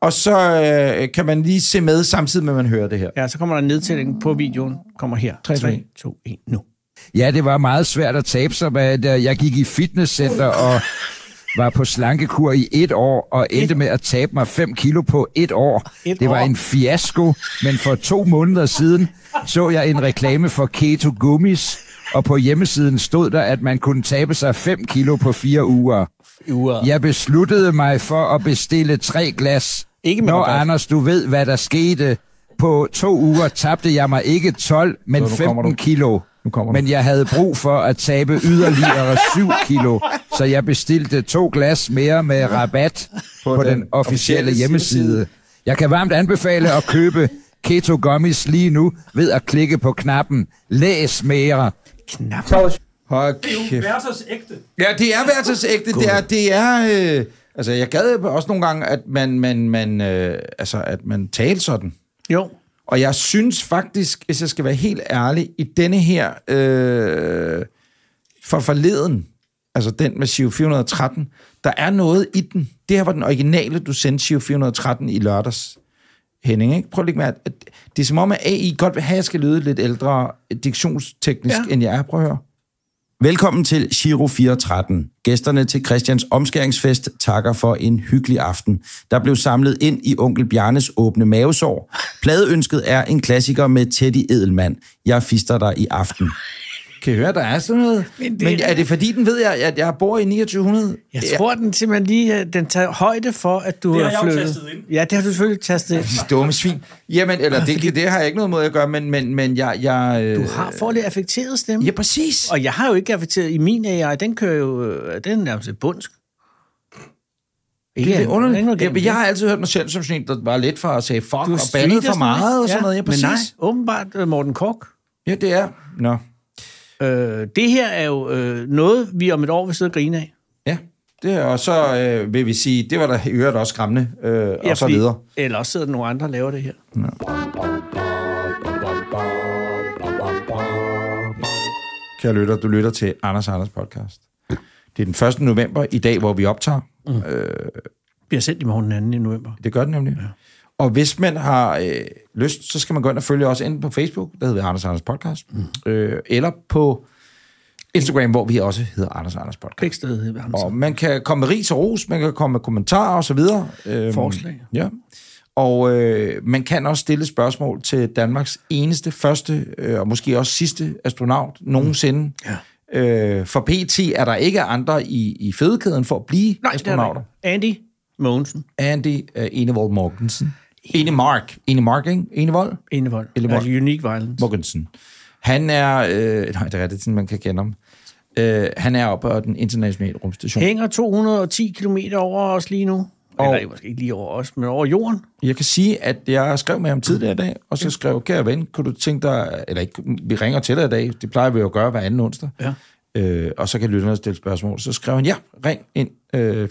Speaker 4: Og så øh, kan man lige se med, samtidig med, at man hører det her.
Speaker 5: Ja, så kommer der en nedtælling på videoen. Kommer her. 3, 3 2, 1, nu.
Speaker 8: Ja, det var meget svært at tabe sig, men øh, jeg gik i fitnesscenter og var på slankekur i et år, og endte med at tabe mig 5 kilo på et år.
Speaker 5: Et
Speaker 8: det var
Speaker 5: år.
Speaker 8: en fiasko, men for to måneder siden så jeg en reklame for Keto Gummis, og på hjemmesiden stod der, at man kunne tabe sig 5 kilo på fire uger.
Speaker 5: Uger.
Speaker 8: Jeg besluttede mig for at bestille tre glas.
Speaker 5: Ikke med
Speaker 8: Nå,
Speaker 5: rabat.
Speaker 8: Anders, du ved, hvad der skete. På to uger tabte jeg mig ikke 12,
Speaker 4: Så
Speaker 8: men
Speaker 4: nu kommer
Speaker 8: 15
Speaker 4: du.
Speaker 8: kilo.
Speaker 4: Nu kommer du.
Speaker 8: Men jeg havde brug for at tabe yderligere 7 kilo, så jeg bestilte to glas mere med rabat på, den, officielle, hjemmeside. Jeg kan varmt anbefale at købe Keto Gummies lige nu ved at klikke på knappen Læs mere.
Speaker 4: Hold
Speaker 6: Det er jo
Speaker 4: kæft.
Speaker 6: Bertas ægte.
Speaker 4: Ja, det er værtsægte. Det er, det er øh, altså, jeg gad også nogle gange, at man, man, man, øh, altså, at man talte sådan.
Speaker 5: Jo.
Speaker 4: Og jeg synes faktisk, hvis jeg skal være helt ærlig, i denne her øh, for forleden, altså den med Giro 413, der er noget i den. Det her var den originale, du sendte Giro 413 i lørdags. Henning, ikke? Prøv at lægge mærke, at det er som om, at AI godt vil have, at jeg skal lyde lidt ældre eh, diktionsteknisk, ja. end jeg er. Prøv at høre.
Speaker 9: Velkommen til Giro 413. Gæsterne til Christians omskæringsfest takker for en hyggelig aften, der blev samlet ind i onkel Bjarnes åbne mavesår. Pladeønsket er en klassiker med Teddy Edelmann. Jeg fister dig i aften.
Speaker 4: Kan I høre, der er sådan noget? Men,
Speaker 5: Men
Speaker 4: det,
Speaker 5: det-
Speaker 4: Men er det fordi, den ved, jeg, at jeg bor i 2900?
Speaker 5: Jeg tror, den simpelthen lige, øh, den tager højde for, at du
Speaker 6: Det har
Speaker 5: er
Speaker 6: jeg jo
Speaker 5: flyttet.
Speaker 6: tastet ind.
Speaker 5: Ja, det har du selvfølgelig tastet ind.
Speaker 4: De dumme svin. Jamen, eller det, det har jeg ikke noget måde at gøre, men, men, men jeg... jeg øh,
Speaker 5: Du har for lidt affekteret stemme.
Speaker 4: Ja, præcis.
Speaker 5: Og jeg har jo ikke affekteret i min AI. Den kører jo, øh, den er nærmest et bundsk. Ikke,
Speaker 4: Det er lidt
Speaker 5: andet. Der ikke noget
Speaker 4: underligt.
Speaker 5: galt
Speaker 4: Jeg,
Speaker 5: med
Speaker 4: jeg har altid hørt mig selv som sådan en, der var lidt for at sige fuck
Speaker 5: Du
Speaker 4: og bandet
Speaker 5: streeter
Speaker 4: for meget og sådan noget. Ja,
Speaker 5: men
Speaker 4: præcis.
Speaker 5: nej, åbenbart øh, Morten Kork.
Speaker 4: Ja, det er. Nå.
Speaker 5: Øh, det her er jo øh, noget, vi om et år vil sidde og grine af.
Speaker 4: Ja. Det er, og så øh, vil vi sige, det var da i øvrigt også skræmmende, øh, ja, og så
Speaker 5: fordi-
Speaker 4: videre.
Speaker 5: Eller også sidder der nogle andre og laver det her.
Speaker 4: Kære lytter, du lytter til Anders Anders podcast. Det er den 1. november i dag, hvor vi optager.
Speaker 5: Bliver sendt i morgen den 2. november.
Speaker 4: Det gør den nemlig. Ja. Og hvis man har øh, lyst, så skal man gå ind og følge os enten på Facebook, der hedder Anders Anders podcast, mm. øh, eller på Instagram, hvor vi også hedder Anders Anders podcast.
Speaker 5: Begge steder hedder han
Speaker 4: Og man kan komme med ris og ros, man kan komme med kommentarer og så videre. Øhm,
Speaker 5: Forslag.
Speaker 4: Ja. Og øh, man kan også stille spørgsmål til Danmarks eneste, første øh, og måske også sidste astronaut nogensinde.
Speaker 5: Mm.
Speaker 4: Ja. Øh, for PT er der ikke andre i, i fødekæden for at blive
Speaker 5: Nej, det er der
Speaker 4: astronauter.
Speaker 5: ikke. Andy Mogensen.
Speaker 4: Andy øh, Enevold Morgensen. Ene Mark. Ene Mark, ikke? Enevold?
Speaker 5: Enevold.
Speaker 4: Enevold.
Speaker 5: Altså Unique Violence.
Speaker 4: Morgensen. Han er... Øh, nej, det er det, sådan, man kan kende ham. Øh, han er oppe på den internationale rumstation.
Speaker 5: Hænger 210 km over os lige nu. Og, Eller måske ikke lige over os, men over jorden.
Speaker 4: Jeg kan sige, at jeg skrev med ham tidligere i dag, og så skrev, kære ven, kunne du tænke dig, eller ikke, vi ringer til dig i dag, det plejer vi jo at gøre hver anden onsdag,
Speaker 5: Ja.
Speaker 4: øh, og så kan lytterne stille spørgsmål. Så skrev han, ja, ring ind. Øh,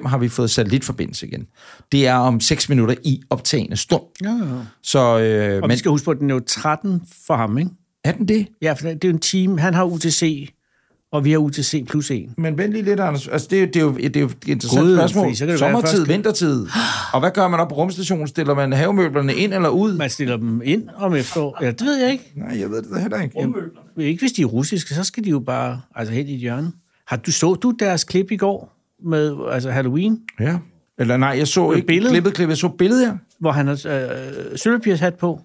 Speaker 4: 14.05 har vi fået satellitforbindelse igen. Det er om 6 minutter i optagende stund.
Speaker 5: Ja, ja.
Speaker 4: Så, øh,
Speaker 5: Og
Speaker 4: men
Speaker 5: man skal huske på, at den er jo 13 for ham, ikke?
Speaker 4: er den det?
Speaker 5: Ja, for det er jo en time. Han har UTC, og vi har UTC plus 1.
Speaker 4: Men vent lige lidt, Anders. Altså, det, er jo, det, er jo, det er jo et interessant
Speaker 5: Gud,
Speaker 4: spørgsmål.
Speaker 5: fordi så kan det være,
Speaker 4: Sommertid,
Speaker 5: at jeg først-
Speaker 4: vintertid. Og hvad gør man op på rumstationen? Stiller man havemøblerne ind eller ud?
Speaker 5: Man stiller dem ind om efterår. Ja, det ved jeg ikke.
Speaker 4: Nej, jeg ved det heller ikke.
Speaker 6: Rummøblerne.
Speaker 5: Ikke hvis de er russiske, så skal de jo bare altså hen i et hjørne. Har du så du deres klip i går med altså Halloween,
Speaker 4: Ja. Eller nej, jeg så ikke
Speaker 5: billede?
Speaker 4: klippet, klippet, jeg så billedet, ja.
Speaker 5: hvor han har øh, sølvpirs hat på?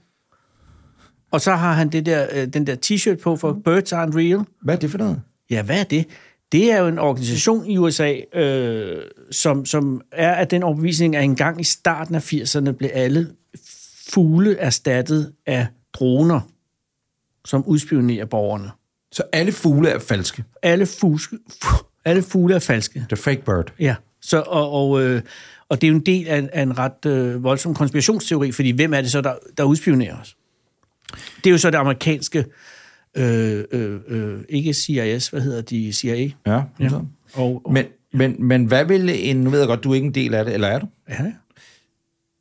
Speaker 5: Og så har han det der, øh, den der t-shirt på for Birds Aren't Real.
Speaker 4: Hvad er det for noget?
Speaker 5: Ja, hvad er det? Det er jo en organisation i USA, øh, som, som er af den overbevisning, at engang i starten af 80'erne blev alle fugle erstattet af droner, som udspionerer borgerne.
Speaker 4: Så alle fugle er falske.
Speaker 5: Alle, fuske, alle fugle er falske.
Speaker 4: The fake bird.
Speaker 5: Ja, så, og, og, øh, og det er jo en del af, en- af en ret øh, voldsom konspirationsteori, fordi hvem er det så, der, der udspionerer os? Det er jo så det amerikanske, øh, øh, øh, ikke CIS, hvad hedder de? CIA?
Speaker 4: Ja. ja.
Speaker 5: Og, og,
Speaker 4: Men, men, men hvad vil en... Nu ved jeg godt, du er ikke en del af det, eller er du?
Speaker 5: ja. ja.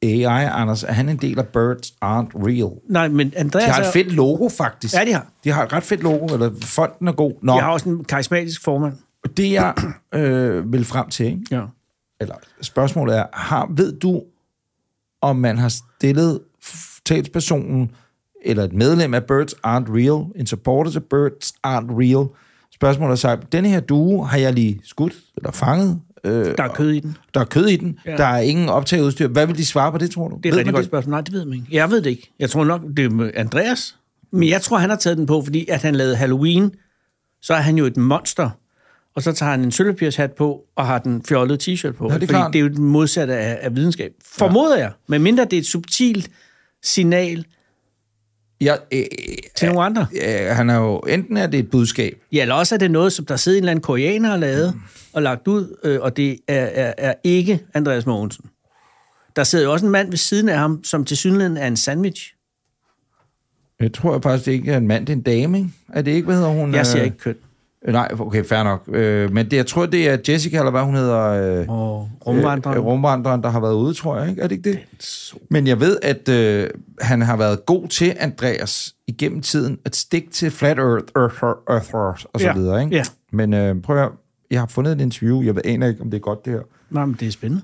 Speaker 4: AI, Anders, er han en del af Birds Aren't Real?
Speaker 5: Nej, men Andreas...
Speaker 4: De har et
Speaker 5: er-
Speaker 4: fedt logo, faktisk.
Speaker 5: Altså- Ja, de har.
Speaker 4: De har et ret fedt logo, eller fonden er god. Nå,
Speaker 5: Jeg har også en karismatisk formand.
Speaker 4: det jeg øh, vil frem til, ikke?
Speaker 5: Ja.
Speaker 4: eller spørgsmålet er, har, ved du, om man har stillet f- talspersonen, eller et medlem af Birds Aren't Real, en supporter til Birds Aren't Real, spørgsmålet er sagt, denne her due har jeg lige skudt, eller fanget, øh,
Speaker 5: Der er kød i den.
Speaker 4: der er kød i den, ja.
Speaker 5: Ja.
Speaker 4: der er ingen optaget udstyr. Hvad vil de svare på det, tror du?
Speaker 5: Det
Speaker 4: Ved
Speaker 5: er et rigtig
Speaker 4: man
Speaker 5: godt
Speaker 4: det?
Speaker 5: spørgsmål. Nej, det ved man ikke. Jeg ved det ikke. Jeg tror nok, det er med Andreas. Men jeg tror, han har taget den på, fordi at han lavede Halloween. Så er han jo et monster. Og så tager han en sølvpapirshat på, og har den fjollede t-shirt på.
Speaker 4: det er
Speaker 5: fordi
Speaker 4: klart.
Speaker 5: det er jo det modsatte af, af videnskab. Formoder jeg. Men mindre det er et subtilt signal
Speaker 4: Jeg, øh,
Speaker 5: til nogle andre.
Speaker 4: øh, han er jo, enten er det et budskab,
Speaker 5: Ja, eller også er det noget, som der sidder en eller anden koreaner og lavet
Speaker 4: Mm.
Speaker 5: og lagt ud, øh, og det er, er, er ikke Andreas Mogensen. Der sidder jo også en mand ved siden af ham, som til synligheden er en sandwich.
Speaker 4: Jeg tror jeg faktisk, det ikke er en mand, det er en dame, ikke? Er det ikke, hvad hedder hun?
Speaker 5: Jeg ser
Speaker 4: øh,
Speaker 5: ikke køn.
Speaker 4: øh, Nej, okay, fair nok. Øh, men det, jeg tror, det er Jessica, eller hvad hun hedder... Øh,
Speaker 5: Og rumvandreren.
Speaker 4: Øh, rumvandreren, der har været ude, tror jeg, ikke? Er det ikke det? Men jeg ved, at øh, han har været god til, Andreas, igennem tiden, at stikke til flat earth, earth, earth, earth og så
Speaker 5: Ja,
Speaker 4: videre, ikke?
Speaker 5: ja.
Speaker 4: Men øh, prøv at høre, jeg har fundet et interview, jeg ved aner ikke, om det er godt, det her.
Speaker 5: Nej, men det er spændende.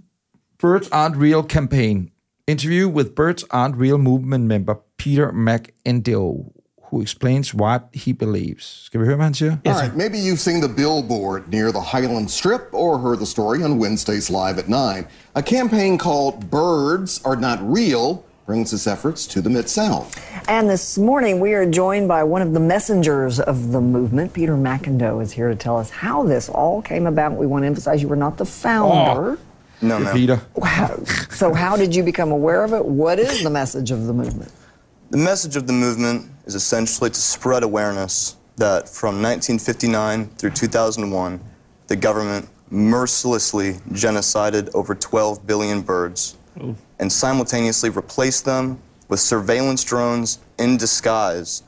Speaker 4: Birds Aren't Real campaign. Interview with Birds Aren't Real movement member Peter McEndoe, who explains what he believes. Skal vi høre, hvad han siger?
Speaker 10: All right, maybe you've seen the billboard near the Highland Strip or heard the story on Wednesdays Live at 9. A campaign called Birds Are Not Real brings its efforts to the Mid South.
Speaker 11: And this morning, we are joined by one of the messengers of the movement. Peter McIndoe is here to tell us how this all came about. We want to emphasize you were not the founder.
Speaker 10: No,
Speaker 4: Det er Peter.
Speaker 11: Wow. So, how did you become aware of it? What is the message of the movement?
Speaker 12: The message of the movement is essentially to spread awareness that from 1959 through 2001, the government mercilessly genocided over 12 billion birds and simultaneously replaced them with surveillance drones in disguise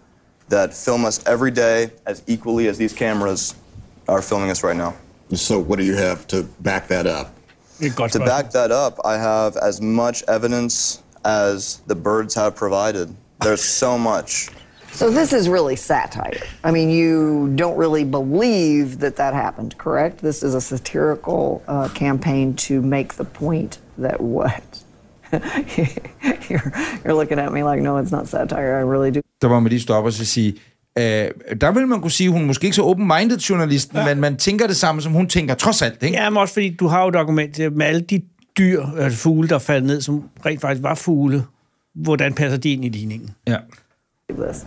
Speaker 12: that film us every day as equally as these cameras are filming us right now.
Speaker 10: So, what do you have to back that up?
Speaker 5: Det er et godt
Speaker 12: To back that up, I have as much evidence as the birds have provided. There's so much.
Speaker 11: So, this is really satire. I mean, you don't really believe that that happened, correct? This is a satirical uh, campaign to make the point that what? you're, you're looking at me like, no, it's not satire. I really do
Speaker 4: Der må man lige stoppe og så sige, øh, der vil man kunne sige, hun er måske ikke så open-minded journalisten, ja. men man tænker det samme, som hun tænker, trods alt, ikke?
Speaker 5: Ja, men også fordi du har jo et argument til- med alle de dyr, altså fugle, der faldt ned, som rent faktisk var fugle. Hvordan passer de ind i ligningen?
Speaker 4: ja.
Speaker 11: believe this.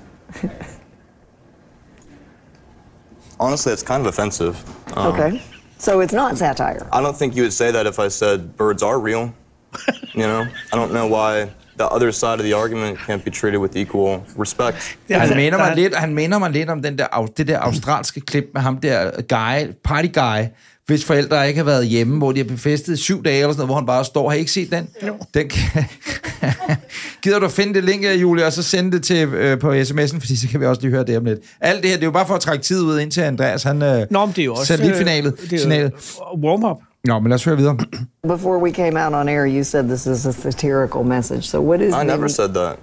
Speaker 12: Honestly, it's kind of offensive. Um,
Speaker 11: Okay. So it's not satire.
Speaker 12: I don't think you would say that if I said birds are real. you know, I don't know why the other side of the argument can't be treated with equal respect.
Speaker 4: Han, minder
Speaker 5: altså- der-
Speaker 4: mig lidt, han minder mig lidt om den der, au- det der australske klip med ham der øh, guy, party guy, hvis forældre ikke har været hjemme, hvor de har befæstet syv dage eller sådan noget, hvor han bare står. Har I ikke set den? No. den kan... Gider du at finde det link, Julie, og så sende det til øh, på sms'en, fordi så kan vi også lige høre det om lidt. Alt det her, det er jo bare for at trække tid ud indtil Andreas, han øh,
Speaker 5: Nå, men det er jo også...
Speaker 4: Satellitfinalet.
Speaker 5: øh, Det er
Speaker 4: Signalet.
Speaker 5: jo warm-up.
Speaker 4: Nå, men lad os høre videre.
Speaker 11: Before we came out on air, you said this is a satirical message. So what is
Speaker 12: I
Speaker 11: the-
Speaker 12: never said that.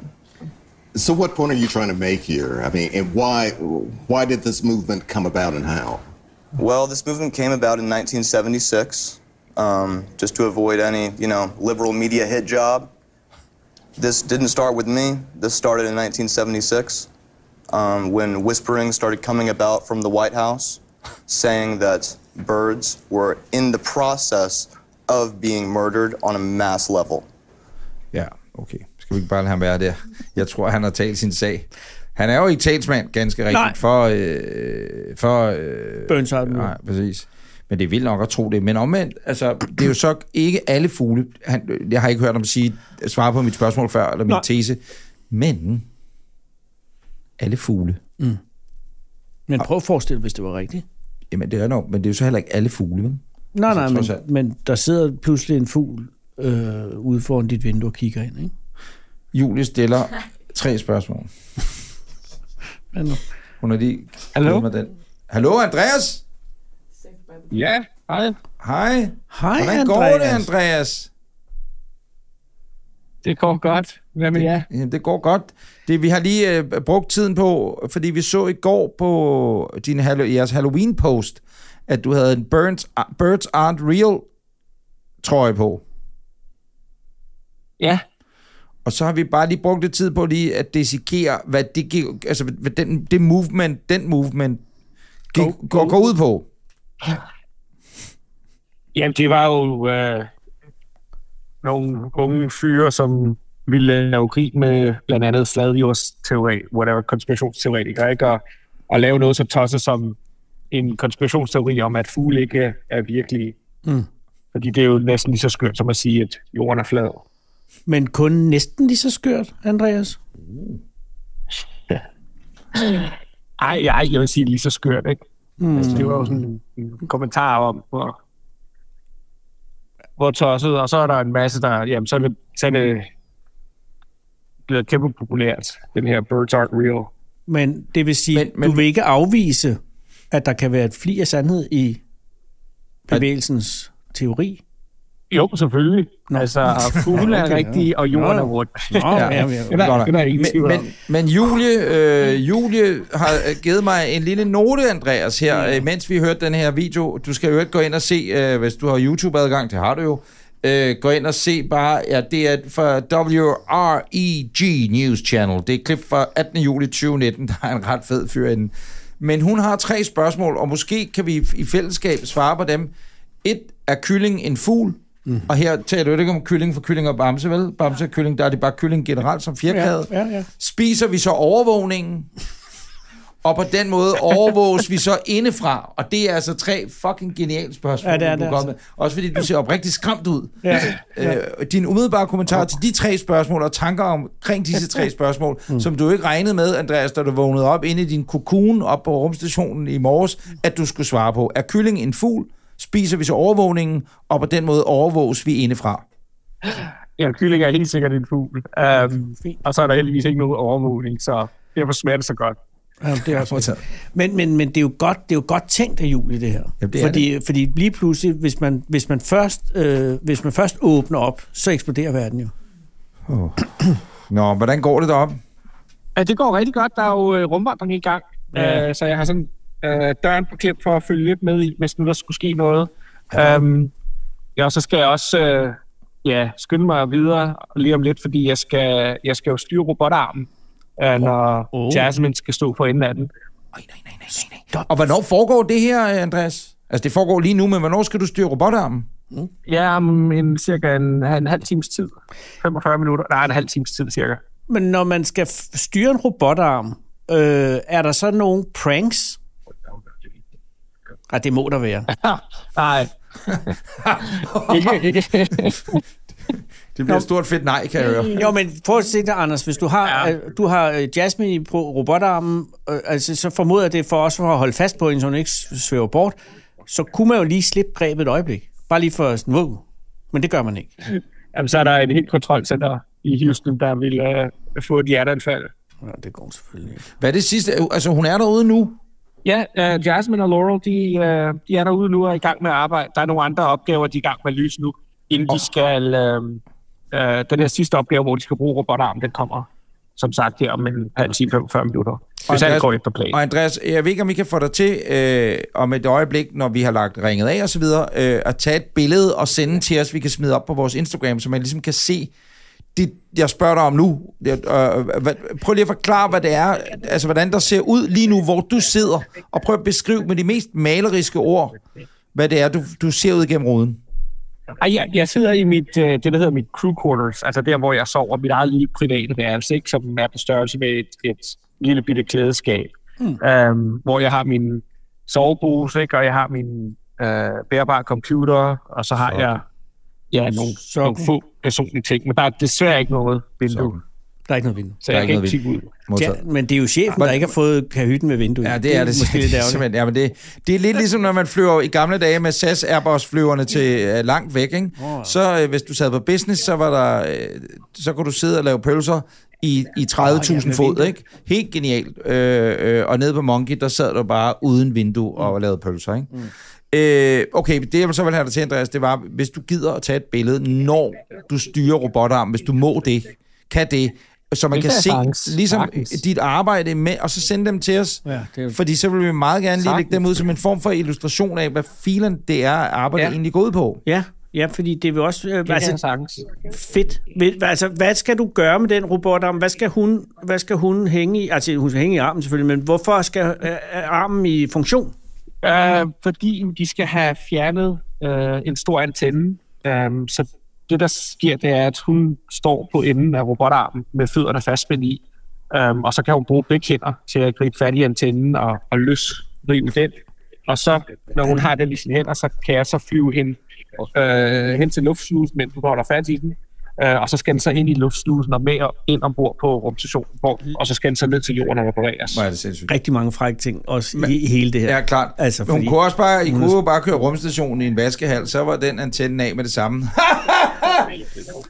Speaker 10: So, what point are you trying to make here? I mean, and why, why did this movement come about and how?
Speaker 12: Well, this movement came about in 1976, um, just to avoid any, you know, liberal media hit job. This didn't start with me. This started in 1976, um, when whispering started coming about from the White House, saying that birds were in the process of being murdered on a mass level.
Speaker 4: Ja, okay. Skal vi ikke bare lade ham være der? Jeg tror, han har talt sin sag. Han er jo ikke talsmand, ganske rigtigt,
Speaker 5: Nej.
Speaker 4: for... Øh, for øh,
Speaker 5: Burnside nu.
Speaker 4: Nej, præcis. Men det er vildt nok at tro det. Men omvendt, altså, det er jo så ikke alle fugle... Han, øh, jeg har ikke hørt ham sige, svare på mit spørgsmål før, eller min
Speaker 5: Nej.
Speaker 4: tese. Men alle fugle.
Speaker 5: Men prøv at forestille dig, hvis det var rigtigt.
Speaker 4: Jamen, det er nok, men det er jo så heller ikke alle fugle, vel?
Speaker 5: Nej, nej,
Speaker 4: Altså,
Speaker 5: men,
Speaker 4: trods alt.
Speaker 5: men der sidder pludselig en fugl øh, ude foran dit vindue og kigger ind, ikke?
Speaker 4: Julie stiller tre spørgsmål.
Speaker 5: Hvad nu?
Speaker 4: Hun er lige...
Speaker 8: Hallo?
Speaker 4: Med den. Hallo, Andreas?
Speaker 8: Ja, hej.
Speaker 4: Hej.
Speaker 5: Hej,
Speaker 4: Hvordan går det,
Speaker 5: Andreas?
Speaker 4: Andreas?
Speaker 8: Det går godt. Hvad med jer?
Speaker 4: Jamen, det går godt. Det, vi har lige øh, brugt tiden på, fordi vi så i går på din, hallo- jeres Halloween-post, at du havde en Burns, Birds Aren't Real trøje på.
Speaker 8: Ja,
Speaker 4: Og så har vi bare lige brugt lidt tid på lige at desikere, hvad det, gik, altså, hvad den, det movement, den movement gik, go, go. Går, går ud på.
Speaker 8: Jamen, det var jo øh, nogle unge fyre, som ville lave krig med blandt andet sladjordsteori, whatever, konspirationsteoretikere, ikke? Og, og lave noget så tosset som en konspirationsteori om, at fugle ikke er virkelige.
Speaker 5: Mm.
Speaker 8: Fordi det er jo næsten lige så skørt som at sige, at jorden er flad.
Speaker 5: Men kun næsten lige så skørt, Andreas.
Speaker 8: Ej, ej, jeg vil sige lige så skørt, ikke?
Speaker 5: Mm.
Speaker 8: Altså, det var jo sådan en kommentar om, hvor, hvor tosset, og så er der en masse, der, jamen, så er det, så er det blevet kæmpe populært, den her Birds Aren't Real.
Speaker 5: Men det vil sige, men, men, du vil ikke afvise, at der kan være et fli af sandhed i bevægelsens teori?
Speaker 8: Jo, selvfølgelig.
Speaker 5: Nå.
Speaker 8: Altså, fugle er rigtige, og jorden er rundt.
Speaker 5: Nå, ja, ja, ja.
Speaker 8: Det er der- det er der ingen
Speaker 4: men,
Speaker 8: tvivl om.
Speaker 4: men, men Julie, øh, Julie har øh, givet mig en lille note, Andreas, her, øh, mens vi hørte den her video. Du skal jo ikke gå ind og se, øh, hvis du har YouTube-adgang, det har du jo. Øh, gå ind og se bare, ja, det er fra WREG News Channel. Det er et klip fra 18. juli 2019, der er en ret fed fyr inden. Men hun har tre spørgsmål, og måske kan vi i fællesskab svare på dem. Et, er kylling en fugl?
Speaker 5: Mhm.
Speaker 4: Mm. Og her taler du ikke om kylling for kylling og bamse, vel? Bamse og kylling, der er det bare kylling generelt som firkæde.
Speaker 5: Ja, ja, ja.
Speaker 4: Spiser vi så overvågningen? Og på den måde overvåges vi så indefra. Og det er altså tre fucking geniale spørgsmål,
Speaker 5: Ja, det er
Speaker 4: du
Speaker 5: det
Speaker 4: kom
Speaker 5: altså.
Speaker 4: med. Også fordi du ser oprigtigt skræmt ud.
Speaker 5: Ja, ja.
Speaker 4: Øh, din umiddelbare kommentar til de tre spørgsmål og tanker omkring disse tre spørgsmål, mm. som du ikke regnede med, Andreas, da du vågnede op inde i din kokon op på rumstationen i morges, at du skulle svare på. Er kylling en fugl? Spiser vi så overvågningen? Og på den måde overvåges vi indefra.
Speaker 8: Ja, kylling er helt sikkert en fugl. Um, og så er der heldigvis ikke noget overvågning, så derfor smager det så godt.
Speaker 5: Jamen, det er også men, men, men det, er jo godt, det er jo godt tænkt af Julie, det her.
Speaker 4: Jamen, det er
Speaker 5: fordi, det. fordi lige pludselig, hvis man, hvis, man først, øh, hvis man først åbner op, så eksploderer verden jo.
Speaker 4: Oh. Nå, hvordan går det derop?
Speaker 8: Ja, det går rigtig godt. Der er jo øh, rumvandring i gang,
Speaker 5: Ja.
Speaker 8: ja. øh, så jeg har sådan øh, døren på klip for at følge lidt med i, hvis nu der skulle ske noget. Ja. Um, ja, og så skal jeg også øh, ja, skynde mig videre lige om lidt, fordi jeg skal, jeg skal jo styre robotarmen, øh, når
Speaker 5: Oh.
Speaker 8: oh. Jasmine skal stå for enden af den.
Speaker 4: Og hvornår foregår det her, Andreas? Altså, det foregår lige nu, men hvornår skal du styre robotarmen?
Speaker 8: Ja, om en, cirka en, en halv times tid. 45 minutter. Nej, en halv times tid cirka.
Speaker 5: Men når man skal f- styre en robotarm, øh, er der så nogle pranks? Ah, det må der være.
Speaker 8: Nej. ikke, ikke.
Speaker 4: Det bliver et stort fedt nej, kan jeg høre.
Speaker 5: Jo, men prøv at se det, Anders. Hvis du har,
Speaker 8: Ja.
Speaker 5: øh, du har øh, Jasmine på robotarmen, øh, altså, så formoder jeg det er for os for at holde fast på hende, så hun ikke s- svæver bort. Så kunne man jo lige slippe grebet et øjeblik. Bare lige for sådan, wow. Men det gør man ikke.
Speaker 8: Jamen, så er der et helt kontrolcenter i Houston, der vil øh, få et hjerteanfald.
Speaker 5: Ja, det går selvfølgelig ikke.
Speaker 4: Hvad er det sidste? Altså, hun er derude nu.
Speaker 8: Ja, øh, Jasmine og Laurel, de, øh, de er derude nu og er i gang med at arbejde. Der er nogle andre opgaver, de er i gang med at løse nu, inden de skal... Øh, øh, den her sidste opgave, hvor de skal bruge robotarmen, den kommer som sagt her om en halv time, 45 minutter. Hvis alt går efter plan.
Speaker 4: Og Andreas, jeg ved ikke, om vi kan få dig til øh, om et øjeblik, når vi har lagt ringet af og så videre, øh, at tage et billede og sende til os, vi kan smide op på vores Instagram, så man ligesom kan se det, jeg spørger dig om nu. Jeg, øh, hvad, prøv lige at forklare, hvad det er, altså hvordan der ser ud lige nu, hvor du sidder, og prøv at beskrive med de mest maleriske ord, hvad det er, du, du ser ud gennem ruden.
Speaker 8: Ej, jeg, jeg sidder i mit, øh, det, der hedder mit crew quarters, altså der, hvor jeg sover, mit eget lille private værelse, ikke, som er på størrelse med et, et lille bitte klædeskab,
Speaker 13: Mm.
Speaker 8: mm. øhm, hvor jeg har min sovepose, ikke? og jeg har min øh, bærbare computer, og så har jeg ja, nogle, nogle få personlige ting. Men der er desværre ikke noget vindue.
Speaker 5: Der er ikke noget vindue.
Speaker 8: Så jeg kan ikke kigge ud.
Speaker 5: Ja, men det er jo chefen, der ikke har fået kahytten med vinduet.
Speaker 4: Ja, det er det,
Speaker 5: måske lidt ærgerligt.
Speaker 4: simpelthen. Ja, men det, det er lidt ligesom, når man flyver i gamle dage med SAS Airbus-flyverne til uh, langt væk. Ikke? Så uh, hvis du sad på business, så, var der, uh, så kunne du sidde og lave pølser i, i 30.000
Speaker 5: Åh, ja, med
Speaker 4: fod.
Speaker 5: vindue.
Speaker 4: Ikke? Helt genialt. Øh, øh, og nede på Monkey, der sad du bare uden vindue og lavede pølser. Ikke? Mm. Øh, okay, det jeg så vil have dig til, Andreas, det var, hvis du gider at tage et billede, når du styrer robotarmen, hvis du må det, kan det, så man
Speaker 8: Det
Speaker 4: kan
Speaker 8: kan
Speaker 4: se
Speaker 8: jeg sagtens.
Speaker 4: ligesom
Speaker 8: Sagtens.
Speaker 4: dit arbejde med, og så sende dem til os.
Speaker 5: Ja, det er-
Speaker 4: Fordi så vil vi meget gerne lige lægge dem ud som en form for illustration af, hvad filen det er, arbejdet ja. egentlig går ud på.
Speaker 5: Ja, ja fordi det vil også... Øh, det
Speaker 4: kan jeg
Speaker 8: sagtens.
Speaker 5: Fedt. Vil- Altså, hvad skal du gøre med den robotarm? Hvad skal hun, hvad skal hun hænge i? Altså, hun skal hænge i armen selvfølgelig, men hvorfor skal øh, øh, armen i funktion?
Speaker 8: Øh, fordi de skal have fjernet øh, en stor antenne. Øh, så det, der sker, det er, at hun står på enden af robotarmen med fødderne fastspændt i. Øh, og så kan hun bruge begge hænder til at gribe fat i antennen og, og løsrive den. Og så, når hun har den i sine hænder, så kan jeg så flyve hende øh, hen til luftslusen, mens hun holder fat i den. Øh, og så skal den så ind i luftslusen og med og ind ombord på rumstationen, hvor, og så skal den så ned til jorden og repareres.
Speaker 4: Nej, det er sindssygt.
Speaker 5: Rigtig mange frække ting, også i, i hele det her.
Speaker 4: Ja, klart.
Speaker 5: Altså,
Speaker 4: Hun
Speaker 5: fordi-
Speaker 4: kunne også bare, I
Speaker 5: Hun-
Speaker 4: kunne jo bare køre rumstationen i en vaskehal, så var den antennen af med det samme.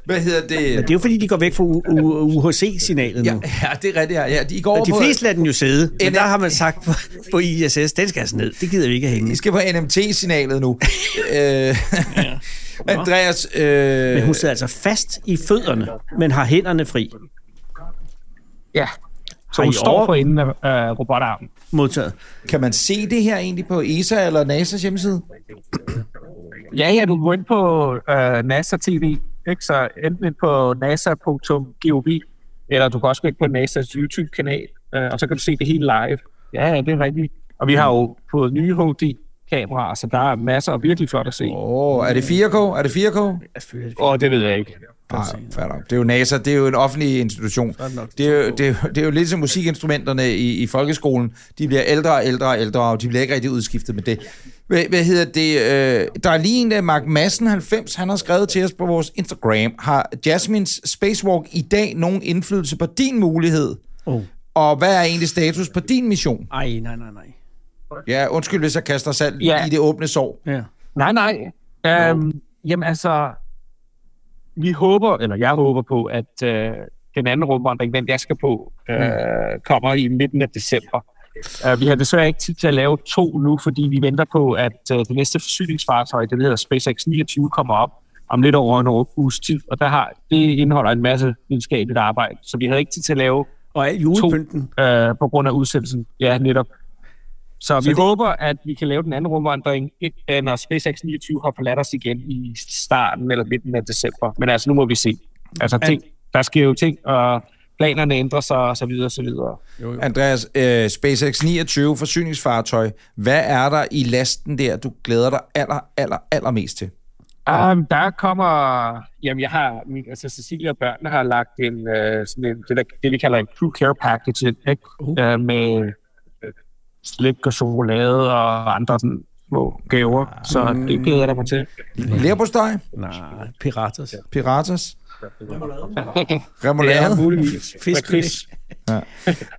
Speaker 4: Hvad hedder det?
Speaker 5: Men det er jo fordi, de går væk fra U- U- UHC-signalet nu.
Speaker 4: Ja, det er rigtigt. Ja, Ja, de går over
Speaker 5: Og de
Speaker 4: på-
Speaker 5: fleste lader den jo sidde, men der har man sagt på, på ISS, den skal altså ned. Det gider vi ikke at hænge. Vi
Speaker 4: skal på NMT-signalet nu. øh, Andreas... Øh,
Speaker 5: men hun sidder altså fast i fødderne, men har hænderne fri.
Speaker 8: Ja.
Speaker 5: Har
Speaker 8: Så hun
Speaker 5: I
Speaker 8: står
Speaker 5: over-
Speaker 8: for enden af øh, robotarmen.
Speaker 5: Modtaget.
Speaker 4: Kan man se det her egentlig på ESA eller NASA's hjemmeside?
Speaker 8: Ja, ja, du må ind på øh, NASA TV, ikke? så enten ind på nasa.gov, eller du kan også gå ind på NASA's YouTube-kanal, øh, og så kan du se det hele live. Ja, ja, det er rigtigt. Og vi har jo fået nye HD-kameraer, så der er masser og virkelig flot at se.
Speaker 4: Åh, oh, er det 4K? Er det 4K?
Speaker 8: Åh, oh, det ved jeg ikke.
Speaker 4: Nej, fair nok. det er jo NASA, det er jo en offentlig institution. Det er jo, det er, jo- det er jo lidt som musikinstrumenterne i, i folkeskolen. De bliver ældre og ældre og ældre, og de bliver ikke rigtig udskiftet med det. Hvad, hvad hedder det? Øh, der er lige en, der Mark Madsen, 90, han har skrevet til os på vores Instagram. Har Jasmines Spacewalk i dag nogen indflydelse på din mulighed?
Speaker 5: Oh.
Speaker 4: Og hvad er egentlig status på din mission?
Speaker 5: Ej, nej, nej, nej.
Speaker 4: Ja, undskyld, hvis jeg kaster salt
Speaker 8: Ja.
Speaker 4: ja. i det åbne sår.
Speaker 5: Ja.
Speaker 8: Nej, nej. Øhm, jamen altså, vi håber, eller jeg håber på, at øh, den anden rumvandring, den jeg skal på, øh,
Speaker 5: Mm.
Speaker 8: kommer i midten af december. Uh, vi har desværre ikke tid til at lave to nu, fordi vi venter på, at uh, det næste forsyningsfartøj, det hedder SpaceX 29, kommer op om lidt over en uges tid, og der har, det indeholder en masse videnskabeligt arbejde, så vi havde ikke tid til at lave
Speaker 5: og julepynten.
Speaker 8: to uh, på grund af udsendelsen. Ja, netop. Så,
Speaker 5: Så
Speaker 8: vi
Speaker 5: det-
Speaker 8: det... håber, at vi kan lave den anden rumvandring, øh, når SpaceX 29 har forladt os igen i starten eller midten af december. Men altså, nu må vi se. Altså, ting, der sker jo ting, og planerne ændrer sig, og så videre, og så videre.
Speaker 4: Andreas, øh, SpaceX 29 forsyningsfartøj, hvad er der i lasten der, du glæder dig aller, aller, allermest til?
Speaker 8: Um, der kommer... Jamen, jeg har... Min, altså, Cecilia og børnene har lagt en, øh, sådan en det, der, det, vi kalder en crew care package ind, ikke? Uh, med øh, slik og chokolade og andre sådan, små gaver. Så det glæder jeg mig til.
Speaker 4: Lærbosteg?
Speaker 5: Nej, piraters.
Speaker 4: Piraters?
Speaker 8: Ja,
Speaker 4: Remoulade?
Speaker 8: muligvis. Fisk.
Speaker 4: Ja.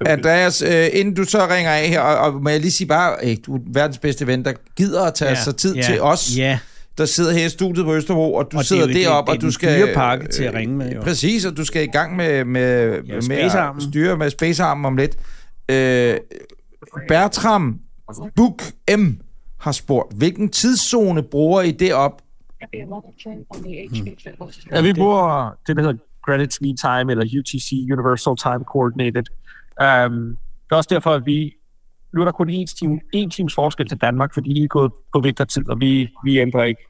Speaker 4: Andreas, øh, inden du så ringer af her, og, og må jeg lige sige bare, øh, du er verdens bedste ven, der gider at tage
Speaker 5: Ja,
Speaker 4: ja. sig Altså, tid
Speaker 5: ja,
Speaker 4: til os,
Speaker 5: ja.
Speaker 4: der sidder her i studiet på Østerbro, og du
Speaker 5: Og det er
Speaker 4: sidder
Speaker 5: jo- det-
Speaker 4: deroppe,
Speaker 5: det er
Speaker 4: og du
Speaker 5: den
Speaker 4: skal...
Speaker 5: dyre pakke til at ringe med, jo.
Speaker 4: Præcis, og du skal i gang med, med, ja, med
Speaker 5: spacearmen.
Speaker 4: at styre med spacearmen om lidt. Øh, Bertram Buk M har spurgt, hvilken tidszone bruger I derop?
Speaker 8: Ja, vi bruger det, der hedder Greenwich Mean Time, eller UTC, Universal Time Coordinated. Um, det er også derfor, at vi... Nu er der kun én, time, én times forskel til Danmark, fordi I er gået på vintertid, og vi, vi ændrer ikke.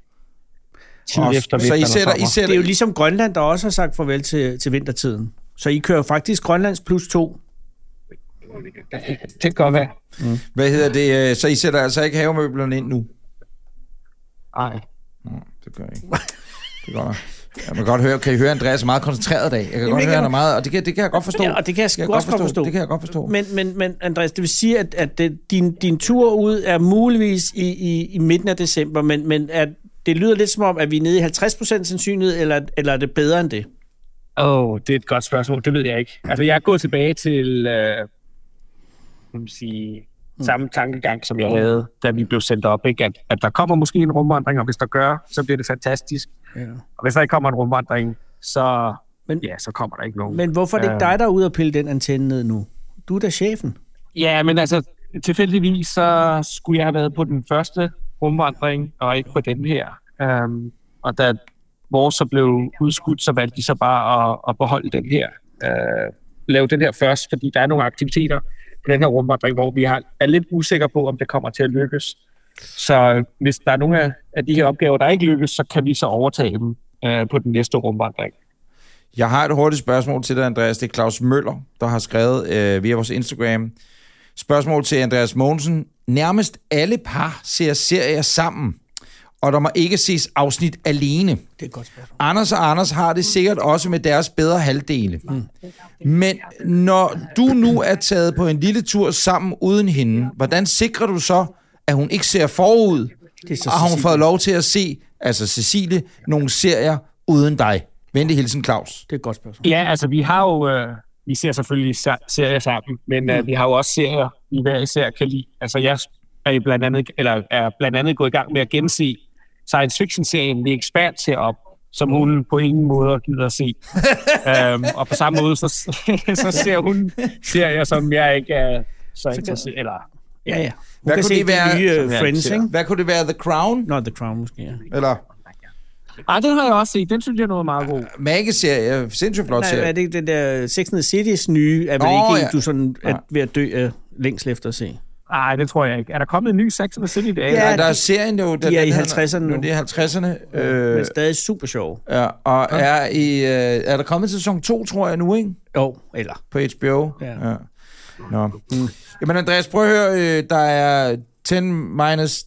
Speaker 8: tid efter vinteren og sommer.
Speaker 5: Det er jo ligesom Grønland, der også har sagt farvel til, til vintertiden. Så I kører faktisk Grønlands plus to.
Speaker 8: Det kan godt være.
Speaker 4: Mm. Hvad hedder det? øh, Så I sætter altså ikke havemøblerne ind nu?
Speaker 8: Nej.
Speaker 4: Det gør jeg ikke. Det gør jeg. Jeg kan godt høre, kan I høre, Andreas er meget koncentreret i dag. Jeg kan Jamen,
Speaker 5: det
Speaker 4: godt
Speaker 5: kan
Speaker 4: høre, han er
Speaker 5: man-
Speaker 4: meget, og det kan, det kan jeg godt forstå.
Speaker 5: Ja, og det kan jeg,
Speaker 4: Det
Speaker 5: sgu
Speaker 4: kan jeg
Speaker 5: også
Speaker 4: godt
Speaker 5: godt
Speaker 4: forstå.
Speaker 5: forstå.
Speaker 4: Det kan jeg godt forstå.
Speaker 5: Men, men, men Andreas, det vil sige, at, at det, din, din tur ud er muligvis i, i, i midten af december, men, men at det lyder lidt som om, at vi er nede i 50% sandsynlighed, eller, eller er det bedre end det?
Speaker 8: Åh, oh, det er et godt spørgsmål. Det ved jeg ikke. Altså, jeg er gået tilbage til øh, kan man sige, samme tankegang, som jeg havde, da vi blev sendt op. Ikke? At, at der kommer måske en rumvandring, og hvis der gør, så bliver det fantastisk.
Speaker 5: Ja.
Speaker 8: Og hvis der ikke kommer en rumvandring, så, men, ja, så kommer der ikke nogen.
Speaker 5: Men hvorfor er det ikke
Speaker 8: Øh,
Speaker 5: dig, der er ude og pille den antenne ned nu? Du er da chefen.
Speaker 8: Ja, men altså, tilfældigvis så skulle jeg have været på den første rumvandring, og ikke på den her. Um, og da vores så blev udskudt, så valgte de så bare at, at beholde den her. Uh, lave den her først, fordi der er nogle aktiviteter på den her rumvandring, hvor vi har, er lidt usikre på, om det kommer til at lykkes. Så hvis der er nogle af, af de her opgaver, der ikke lykkes, så kan vi så overtage dem uh, på den næste rumvandring.
Speaker 4: Jeg har et hurtigt spørgsmål til dig, Andreas. Det er Claus Møller, der har skrevet øh, via vores Instagram. Spørgsmål til Andreas Mogensen. Nærmest alle par ser serier sammen, og der må ikke ses afsnit alene. Det er et godt spørgsmål. Anders og Anders har det sikkert også med deres bedre halvdele. Mm. Men når du nu er taget på en lille tur sammen uden hende, hvordan sikrer du så, at hun ikke ser forud,
Speaker 5: det
Speaker 4: og har hun fået lov til at se, altså Cecilie, nogle serier uden dig? Venlig hilsen, Claus.
Speaker 5: Det er et godt spørgsmål.
Speaker 8: Ja, altså vi har jo, øh, vi ser selvfølgelig sa- serier sammen, men øh, vi har jo også serier, vi hver især kan lide. Altså jeg er, jo blandt andet, eller er blandt andet gået i gang med at gense science fiction-serien The Expanse herop, som hun på ingen måde gider at se. øhm, og på samme måde, så, så ser hun serier, som jeg ikke er så interesseret eller
Speaker 5: Ja, ja. Hun
Speaker 4: Hvad
Speaker 5: kan
Speaker 4: kunne
Speaker 5: se
Speaker 4: det være?
Speaker 5: de nye
Speaker 4: Som
Speaker 5: uh,
Speaker 4: jeg
Speaker 5: Friends,
Speaker 4: ser.
Speaker 5: ikke?
Speaker 4: Hvad kunne det være? The Crown?
Speaker 5: Nå, The Crown måske, ja.
Speaker 4: Eller
Speaker 8: Ej, den har jeg også set. Den synes jeg noget meget god.
Speaker 4: Mage-serie. Sindssygt flot
Speaker 5: Nej,
Speaker 4: serie.
Speaker 5: er det ikke den der Sex and the City's nye, er vel
Speaker 4: Nå,
Speaker 5: ikke en,
Speaker 4: ja.
Speaker 5: du sådan er
Speaker 4: Nej.
Speaker 5: ved at dø af længst efter at se?
Speaker 8: Nej, det tror jeg ikke. Er der kommet en ny Sex and the City i dag?
Speaker 4: Ja, der er serien jo... Den
Speaker 5: de er i
Speaker 4: den-
Speaker 5: 50'erne nu.
Speaker 4: nu. Det er 50'erne. Øh,
Speaker 5: Men stadig super sjov.
Speaker 4: ja, og er, i, øh, er der kommet sæson 2, tror jeg nu, ikke?
Speaker 5: Jo, eller...
Speaker 4: På HBO.
Speaker 5: Ja.
Speaker 4: ja. Nå. Mm. Jamen, Andreas, prøv at høre. Øh, der er 10 minus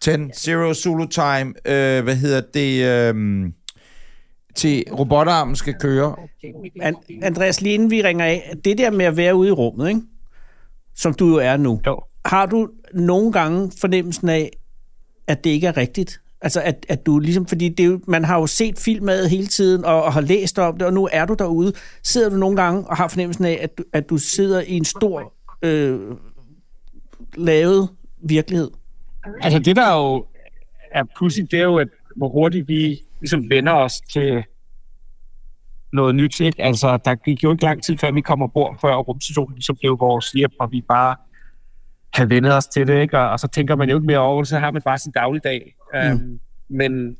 Speaker 4: 10, zero Zulu time. Øh, hvad hedder det? Øh, til robotarmen skal køre.
Speaker 5: An- Andreas, lige inden vi ringer af, det der med at være ude i rummet, ikke? som du jo er nu,
Speaker 8: jo.
Speaker 5: har du nogle gange fornemmelsen af, at det ikke er rigtigt? Altså, at, at du ligesom, fordi det er jo, man har jo set filmet hele tiden, og, og har læst om det, og nu er du derude. Sidder du nogle gange og har fornemmelsen af, at du, at du sidder i en stor, øh, lavet virkelighed?
Speaker 8: Altså det, der jo er pudsigt, det er jo, at hvor hurtigt vi ligesom vender os til noget nyt. Ikke? Altså, der gik jo ikke lang tid, før vi kom ombord, før rumstationen ligesom blev vores hjem, og vi bare havde vendet os til det. Ikke? Og, og så tænker man jo ikke mere over, det, så har man bare sin dagligdag. Mm. Um, men,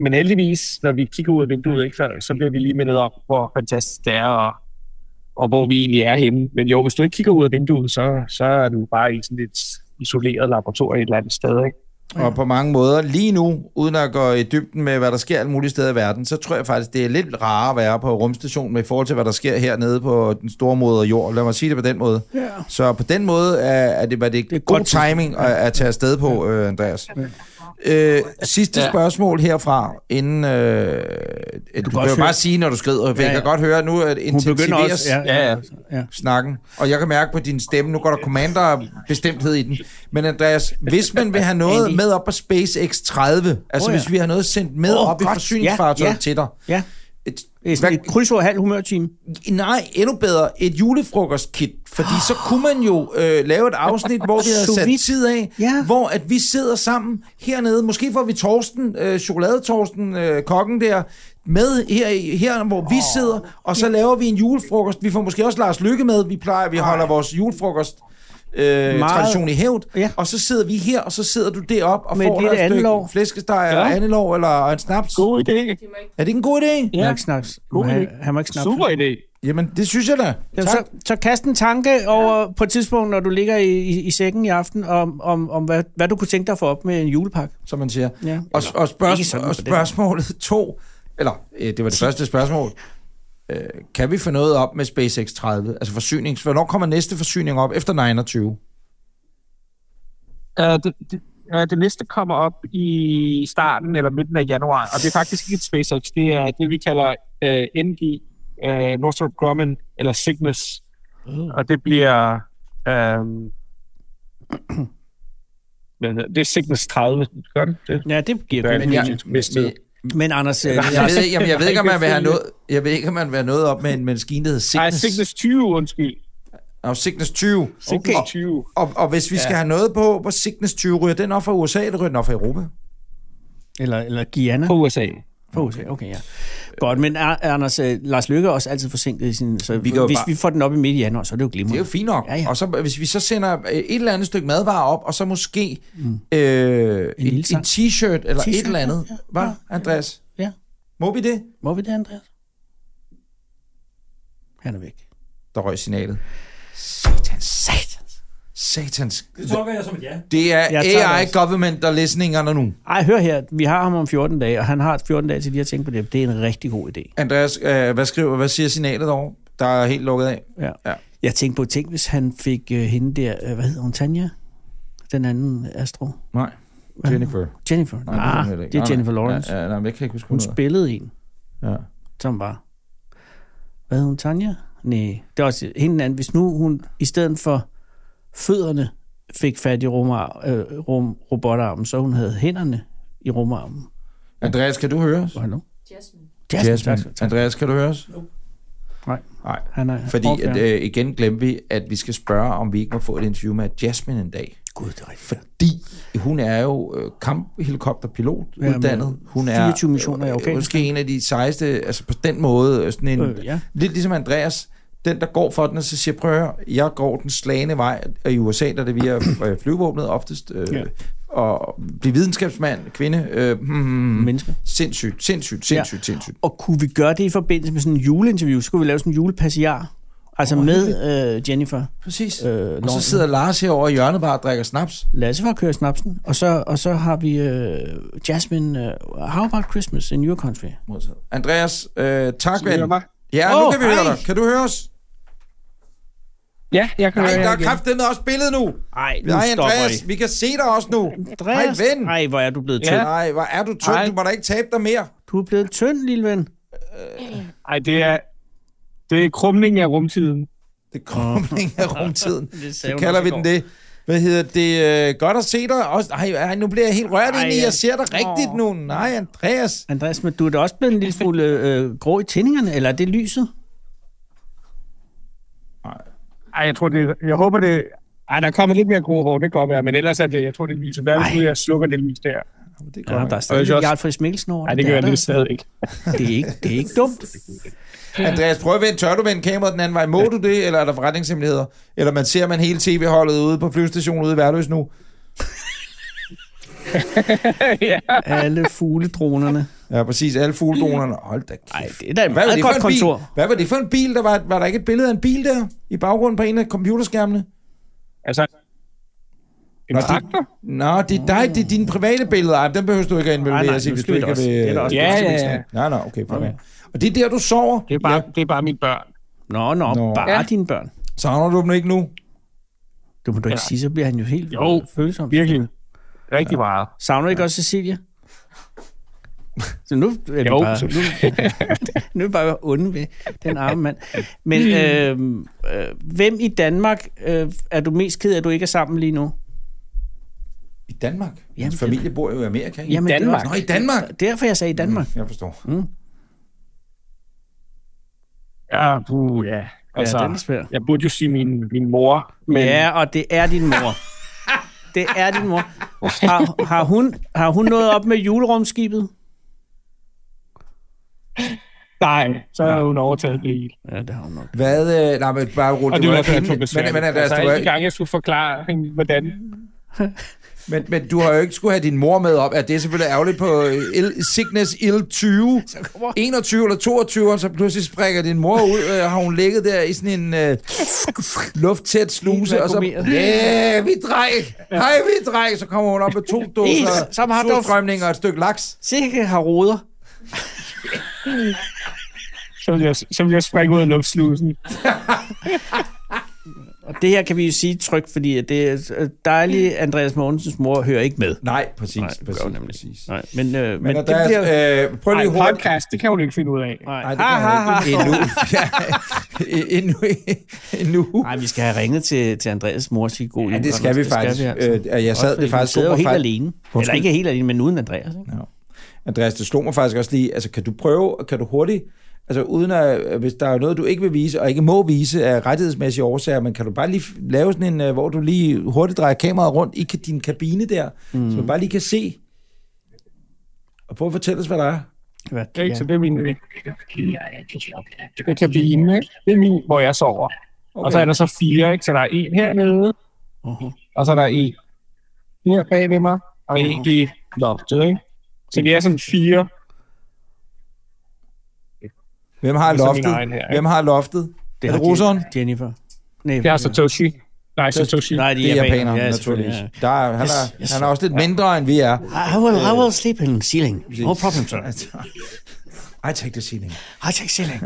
Speaker 8: men heldigvis, når vi kigger ud af vinduet, ikke, så, så bliver vi lige mindet om, hvor fantastisk det er, og, og hvor vi egentlig er henne. Men jo, hvis du ikke kigger ud af vinduet, så, så er du bare i sådan et isoleret laboratorium et eller andet sted. Ikke?
Speaker 4: Og på mange måder, lige nu, uden at gå i dybden med, hvad der sker alle mulige steder i verden, så tror jeg faktisk, det er lidt rarere at være på rumstationen med i forhold til, hvad der sker hernede på den store moder jord. Lad mig sige det på den måde.
Speaker 5: Ja.
Speaker 4: Så på den måde er, er det, var det, det er god
Speaker 5: godt
Speaker 4: timing at, at tage afsted på, øh, Andreas. Øh, sidste
Speaker 5: Ja.
Speaker 4: spørgsmål herfra, inden... Øh, du, du kan
Speaker 5: også
Speaker 4: jo bare
Speaker 5: høre-
Speaker 4: sige, når du skrider, for ja, ja.
Speaker 5: Ja,
Speaker 4: jeg
Speaker 5: ja.
Speaker 4: kan godt høre nu, at
Speaker 5: begynder
Speaker 4: intensiveres
Speaker 5: også- ja, ja, ja. ja.
Speaker 4: snakken. Og jeg kan mærke på din stemme, nu går der commander-bestemthed i den. Men Andreas, hvis man vil have noget
Speaker 5: Andy.
Speaker 4: med op på SpaceX 30, altså
Speaker 5: Åh,
Speaker 4: oh,
Speaker 5: ja.
Speaker 4: ja. hvis vi har noget sendt med
Speaker 5: Åh,
Speaker 4: oh, op i
Speaker 5: godt.
Speaker 4: forsyningsfartøjet
Speaker 5: Ja,
Speaker 4: ja,
Speaker 5: ja.
Speaker 4: ja. til dig.
Speaker 5: Ja.
Speaker 4: Et,
Speaker 5: Et, sådan et krydsord halv humørtime.
Speaker 4: Nej, endnu bedre, et julefrokostkit. Fordi så kunne man jo øh, lave et afsnit, hvor vi havde
Speaker 5: Sous
Speaker 4: sat
Speaker 5: vide.
Speaker 4: tid af,
Speaker 5: Ja.
Speaker 4: hvor at vi sidder sammen hernede. Måske får vi Torsten, øh, chokoladetorsten, øh, kokken der, med her, i- her hvor oh. vi sidder, og så laver vi en julefrokost. Vi får måske også Lars Lykke med. Vi plejer, vi holder vores julefrokost øh, tradition i hævd.
Speaker 5: Ja.
Speaker 4: Og så sidder vi her, og så sidder du deroppe og
Speaker 5: Med et
Speaker 4: får
Speaker 5: lille
Speaker 4: dig et stykke
Speaker 5: andenlov.
Speaker 4: flæskesteg eller
Speaker 8: Ja.
Speaker 4: andelov eller en snaps.
Speaker 8: God idé.
Speaker 4: Er det ikke en god idé?
Speaker 5: Ja. Han må ikke snaps.
Speaker 8: God
Speaker 5: han,
Speaker 8: idé.
Speaker 5: han må ikke snaps.
Speaker 8: Super idé.
Speaker 4: Jamen, det synes jeg da.
Speaker 5: Jamen,
Speaker 4: Tak.
Speaker 5: så, så kast en tanke over på et tidspunkt, når du ligger i, i, i sækken i aften, om, om, om hvad, hvad du kunne tænke dig at få op med en julepakke.
Speaker 4: som man siger.
Speaker 5: Ja.
Speaker 4: Og, og,
Speaker 5: ikke
Speaker 4: spørg- og
Speaker 5: sådan på den måde.
Speaker 4: spørgsmålet to, eller øh, det var det første spørgsmål, øh, kan vi få noget op med SpaceX 30? Altså forsynings... Hvornår kommer næste forsyning op efter 29?
Speaker 8: Uh, det, det, øh, det næste kommer op i starten eller midten af januar, og det er faktisk ikke et SpaceX, det er det, vi kalder øh, NG, øh, Northrop Grumman eller Cygnus, og det bliver... Øh, hvad hedder- det er Cygnus 30, gør det? det?
Speaker 3: Ja, det giver
Speaker 8: det.
Speaker 3: god
Speaker 8: er
Speaker 3: mening.
Speaker 8: en mistet.
Speaker 3: Men Anders, øh,
Speaker 4: Jeg ved, ikke, jamen, jeg ved ikke, om man vil have
Speaker 3: følge-
Speaker 4: noget, jeg ved ikke, om man vil have noget op med en maskine, der hedder Cygnus.
Speaker 8: Nej, Cygnus 20, undskyld.
Speaker 4: Nå, Cygnus 20.
Speaker 8: Cygnus
Speaker 4: Og-
Speaker 8: 20.
Speaker 4: Og, og hvis vi
Speaker 8: Ja.
Speaker 4: skal have noget på, hvor Cygnus 20 ryger den op fra USA, eller ryger den op fra Europa?
Speaker 3: Eller, eller Guyana?
Speaker 8: På USA.
Speaker 3: På USA, okay, ja. Godt, men er, Anders, øh, Lars Løkke er også altid forsinket i sin... Så vi
Speaker 4: kan jo
Speaker 3: hvis
Speaker 4: bare-
Speaker 3: vi får den op i midt i januar, så er det jo glimrende.
Speaker 4: Det er jo fint nok. Ja, ja. Og så, hvis vi så sender øh, et eller andet stykke madvarer op, og så måske mm. øh, en, en, en t-shirt eller t-shirt, et
Speaker 3: T-shirt,
Speaker 4: eller andet.
Speaker 3: ja,
Speaker 4: Ja,
Speaker 3: ja,
Speaker 4: Hvad, Andreas?
Speaker 3: Ja.
Speaker 4: Må vi det?
Speaker 3: Må vi det, Andreas? Han er væk.
Speaker 4: Der røg signalet. Satans, satans, satans.
Speaker 6: Det tolker jeg som et ja.
Speaker 4: Det er
Speaker 3: Jeg tager det
Speaker 4: AI
Speaker 3: også.
Speaker 4: government, der listeningerne nu.
Speaker 3: Ej, hør her, vi har ham om 14 dage, og han har 14 dage til lige at tænke på det. Det er en rigtig god idé.
Speaker 4: Andreas, øh, hvad skriver, hvad siger signalet over? Der er helt lukket af.
Speaker 3: Ja.
Speaker 4: ja.
Speaker 3: Jeg tænkte på, tænk hvis han fik øh, hende der, øh, hvad hedder hun, Tanja? Den anden astro.
Speaker 4: Nej.
Speaker 3: Hvad?
Speaker 4: Jennifer.
Speaker 3: Jennifer.
Speaker 4: Nej, det er hun
Speaker 3: Nej,
Speaker 4: heller
Speaker 3: det,
Speaker 4: ikke.
Speaker 3: det er
Speaker 4: Nej,
Speaker 3: Jennifer
Speaker 4: nej.
Speaker 3: Lawrence.
Speaker 4: Ja, ja, nej, men jeg kan ikke huske,
Speaker 3: hun
Speaker 4: hun hedder.
Speaker 3: spillede en,
Speaker 4: Ja.
Speaker 3: som var... Hvad hed hun, Tanja? Nej, det er også hende den anden. Hvis nu hun i stedet for fødderne fik fat i rumar, øh, rum, robotarmen, så hun havde hænderne i rumarmen.
Speaker 4: Andreas, kan du høre os?
Speaker 3: Hallo?
Speaker 14: Jasmine.
Speaker 3: Jasmine, tak skal
Speaker 4: Jasmine.
Speaker 3: du have.
Speaker 4: Andreas, kan du høre os?
Speaker 3: Nej.
Speaker 4: Nej.
Speaker 3: Han er
Speaker 4: Fordi at,
Speaker 3: overfærdet.
Speaker 4: øh, igen glemte vi, at vi skal spørge, om vi ikke må få et interview med Jasmine en dag.
Speaker 3: Gud, det er rigtigt.
Speaker 4: Fordi hun er jo øh, kamphelikopterpilot
Speaker 3: Ja, men
Speaker 4: uddannet. Hun er
Speaker 3: 24 missioner i
Speaker 4: øh,
Speaker 3: Afghanistan.
Speaker 4: måske en af de sejeste, altså på den måde, øh, sådan en,
Speaker 3: Øh,
Speaker 4: øh,
Speaker 3: ja.
Speaker 4: ja. lidt ligesom Andreas, den der går for den, og så siger, prøv at høre, jeg går den slagende vej, og i USA, der er det via øh, flyvevåbnet oftest, øh,
Speaker 3: Ja.
Speaker 4: ja. og blive videnskabsmand, kvinde, øh, hmm,
Speaker 3: Menneske.
Speaker 4: Sindssygt, sindssygt,
Speaker 3: Ja.
Speaker 4: sindssygt, sindssygt.
Speaker 3: Og kunne vi gøre det i forbindelse med sådan en juleinterview? Så kunne vi lave sådan en julepassiar. Altså oh, med øh, Jennifer.
Speaker 4: Præcis.
Speaker 3: Øh,
Speaker 4: Og så sidder Lars herovre i hjørnet bare og drikker snaps.
Speaker 3: Lasse var kører snapsen. Og så, og så har vi øh, Jasmine. Øh, how about Christmas in your country?
Speaker 4: Modtaget. Andreas, øh, tak, ven.
Speaker 8: hører mig?
Speaker 4: Ja, nu
Speaker 3: Åh,
Speaker 4: kan vi høre
Speaker 3: hej.
Speaker 4: dig. Kan du høre os?
Speaker 8: Ja, jeg kan
Speaker 4: Nej,
Speaker 8: høre
Speaker 4: der
Speaker 8: jer
Speaker 4: er
Speaker 8: igen.
Speaker 4: kraftedeme også billedet nu.
Speaker 3: Ej, nu
Speaker 4: Nej,
Speaker 3: stopper
Speaker 4: Andreas,
Speaker 3: I.
Speaker 4: vi kan se dig også nu.
Speaker 3: Andreas,
Speaker 4: Hej, ven.
Speaker 3: Ej, hvor er du blevet tynd.
Speaker 8: Ja.
Speaker 3: Ja.
Speaker 4: Nej, hvor er du tynd.
Speaker 8: Hej.
Speaker 4: Du må da ikke tabe dig mere.
Speaker 3: Du er blevet tynd, lille ven.
Speaker 8: Ej, det er, det er krumning af rumtiden.
Speaker 4: Det er krumling af rumtiden.
Speaker 3: Det sagde
Speaker 4: Så
Speaker 3: hun
Speaker 4: kalder
Speaker 3: også
Speaker 4: vi
Speaker 3: i
Speaker 4: den
Speaker 3: går.
Speaker 4: det. Hvad hedder det? Øh, Godt at se dig. Også, ej, ej, nu bliver jeg helt rørt
Speaker 3: Ej,
Speaker 4: ind i,
Speaker 3: ja.
Speaker 4: jeg ser dig rigtigt
Speaker 3: Åh.
Speaker 4: nu. Nej, Andreas.
Speaker 3: Andreas, men du er da også blevet en lille smule øh, grå i tændingerne, eller er det lyset?
Speaker 8: Ej, jeg tror det, jeg håber det... Ej, der kommer lidt mere grå hår, det kommer jeg, men ellers er det, jeg tror det er lyset. Hvad hvis
Speaker 3: Ej.
Speaker 8: nu jeg slukker det lys der?
Speaker 4: Det
Speaker 3: Ja, der er stadig
Speaker 8: Og jeg
Speaker 3: lidt
Speaker 8: også-
Speaker 3: Jarl Friis Mikkelsen over
Speaker 8: Nej, det gør
Speaker 3: er
Speaker 8: jeg
Speaker 3: der
Speaker 8: det
Speaker 3: altså.
Speaker 8: stadig ikke.
Speaker 3: det er ikke. Det er ikke dumt.
Speaker 4: Andreas, prøv at vende. Tør du vende kameraet den anden vej? Må du det, eller er der forretningshemmeligheder? Eller man ser man hele tv-holdet ude på flyvestationen ude i Værløs nu?
Speaker 8: ja.
Speaker 3: Alle fugledronerne.
Speaker 4: Ja, præcis. Alle fugledronerne. Hold da kæft.
Speaker 3: Nej, det er da et
Speaker 4: Hvad var,
Speaker 3: meget
Speaker 4: det for
Speaker 3: godt
Speaker 4: en
Speaker 3: kontor.
Speaker 4: bil? Hvad var det for en bil? Der var, var der ikke et billede af en bil der i baggrunden på en af computerskærmene?
Speaker 8: Altså, en
Speaker 4: Nå, det-
Speaker 8: traktor?
Speaker 4: Nå, det er dig, det er dine private billeder. Ej, den behøver du ikke at
Speaker 3: Nej, nej,
Speaker 4: involvere sig,
Speaker 3: nu
Speaker 4: hvis du
Speaker 3: skal vi
Speaker 4: ikke
Speaker 3: da også- det er
Speaker 4: vil...
Speaker 3: da også
Speaker 8: Ja, ja, ja.
Speaker 4: ja. Nej, nej, okay. okay. Og det er der, du sover.
Speaker 8: Det er bare, det er bare mine børn.
Speaker 3: Nå, nå, nå.
Speaker 4: Nå.
Speaker 3: bare ja.
Speaker 8: Ja.
Speaker 3: dine børn.
Speaker 4: Savner du dem ikke nu?
Speaker 3: Du må du ikke
Speaker 8: Ja.
Speaker 3: sige, så bliver han jo helt
Speaker 8: Jo.
Speaker 3: øh, følsom.
Speaker 8: Virkelig. Rigtig meget.
Speaker 3: Savner du ikke også Cecilie? Så nu er vi
Speaker 8: Jo,
Speaker 3: bare, nu, nu er vi bare onde ved den arme mand. Men
Speaker 8: Mm.
Speaker 3: øh, øh, hvem i Danmark øh, er du mest ked af, at du ikke er sammen lige nu?
Speaker 4: I Danmark?
Speaker 3: Jamen, det-
Speaker 4: Hans familie bor jo i Amerika, ikke?
Speaker 3: det er
Speaker 8: Danmark. Mm.
Speaker 4: Nå, i Danmark.
Speaker 3: Derfor jeg sagde i Danmark.
Speaker 4: Jeg forstår.
Speaker 8: Ja, puh, ja. Altså,
Speaker 3: den er svær.
Speaker 8: jeg burde jo sige min, min mor,
Speaker 3: Men...
Speaker 8: men
Speaker 3: Ja, og det er din mor. Det er din mor. Har, har, hun, har hun noget op med julerumskibet?
Speaker 8: nej, så har hun overtaget det hele.
Speaker 3: Ja, det har hun nok.
Speaker 4: Hvad... Øh, nej, men bare rulle
Speaker 8: Og det var
Speaker 4: ikke
Speaker 8: derfor, jeg
Speaker 4: hende-
Speaker 8: tog besvær.
Speaker 4: men, men, Andreas,
Speaker 8: Altså,
Speaker 4: du
Speaker 8: alle de
Speaker 4: er,
Speaker 8: gange, jeg skulle forklare hende, hvordan...
Speaker 4: men, men du har jo ikke skulle have din mor med op. Ja, det er selvfølgelig ærgerligt på Il, Sickness Il 20. 21 eller 22, så pludselig sprækker din mor ud, og har hun ligget der i sådan en øh, lufttæt sluse, og så,
Speaker 3: vakuumeret.
Speaker 4: ja, yeah, vi dreng, hej vi dreng, så kommer hun op med to dåser,
Speaker 3: som har duft.
Speaker 4: surstrømning og et stykke laks.
Speaker 3: Sikke har roder.
Speaker 8: Så ville jeg, så ville jeg springe ud af luftslusen.
Speaker 3: Og
Speaker 5: Det her kan vi jo sige trygt, fordi at det er dejligt, Andreas Mogensens mor hører ikke med.
Speaker 4: Nej, præcis.
Speaker 5: Nej, det gør hun nemlig. Præcis. Nej, men, øh, men,
Speaker 4: Men
Speaker 5: men
Speaker 4: det
Speaker 5: det
Speaker 4: Andreas,
Speaker 5: bliver...
Speaker 4: øh, prøv lige
Speaker 8: Ej,
Speaker 4: hurtigt.
Speaker 8: podcast, det kan hun ikke finde ud af.
Speaker 5: Nej,
Speaker 4: det kan hun ikke. Endnu. Ja, endnu. endnu.
Speaker 5: Nej, vi skal have ringet til, til Andreas mor og sige god
Speaker 4: Ja,
Speaker 5: jul,
Speaker 4: det skal vi
Speaker 5: Anders.
Speaker 4: faktisk.
Speaker 5: altså.
Speaker 4: Øh, jeg sad
Speaker 5: Også
Speaker 4: det
Speaker 5: fordi
Speaker 4: faktisk-
Speaker 5: Hun sidder jo helt
Speaker 4: faktisk-
Speaker 5: alene. Eller
Speaker 4: Undskyld.
Speaker 5: ikke helt alene, men uden Andreas. Ikke?
Speaker 4: Andreas, det slog mig faktisk også lige, altså kan du prøve, kan du hurtigt, altså uden at, hvis der er noget, du ikke vil vise, og ikke må vise af rettighedsmæssige årsager, men kan du bare lige f- lave sådan en, øh, hvor du lige hurtigt drejer kameraet rundt i ka- din kabine der, mm. så man bare lige kan se, og prøv at fortælle os, hvad der er.
Speaker 5: Hvad?
Speaker 8: Det er ikke, så det er min... Det er kabinen, ikke? Det er min, hvor jeg sover. Okay. Og så er der så fire, ikke? Så der er en hernede, uh-huh. og så er der en her bag ved mig, og en i loftet, ikke? Så det er sådan fire.
Speaker 4: Hvem har
Speaker 8: Det er så min
Speaker 4: loftet?
Speaker 8: egen her, ikke?
Speaker 4: Hvem har loftet? Det er det russeren?
Speaker 5: Jennifer. Nej,
Speaker 8: Det er Satoshi. Nej, Satoshi.
Speaker 5: Nej,
Speaker 4: Det er japaneren, ja, naturligvis. Der er, han,
Speaker 5: Yes,
Speaker 4: er,
Speaker 5: yes.
Speaker 4: han er også lidt mindre, end vi er.
Speaker 5: I will, I will sleep in ceiling. No problem, sir.
Speaker 4: I take the ceiling.
Speaker 5: I take ceiling.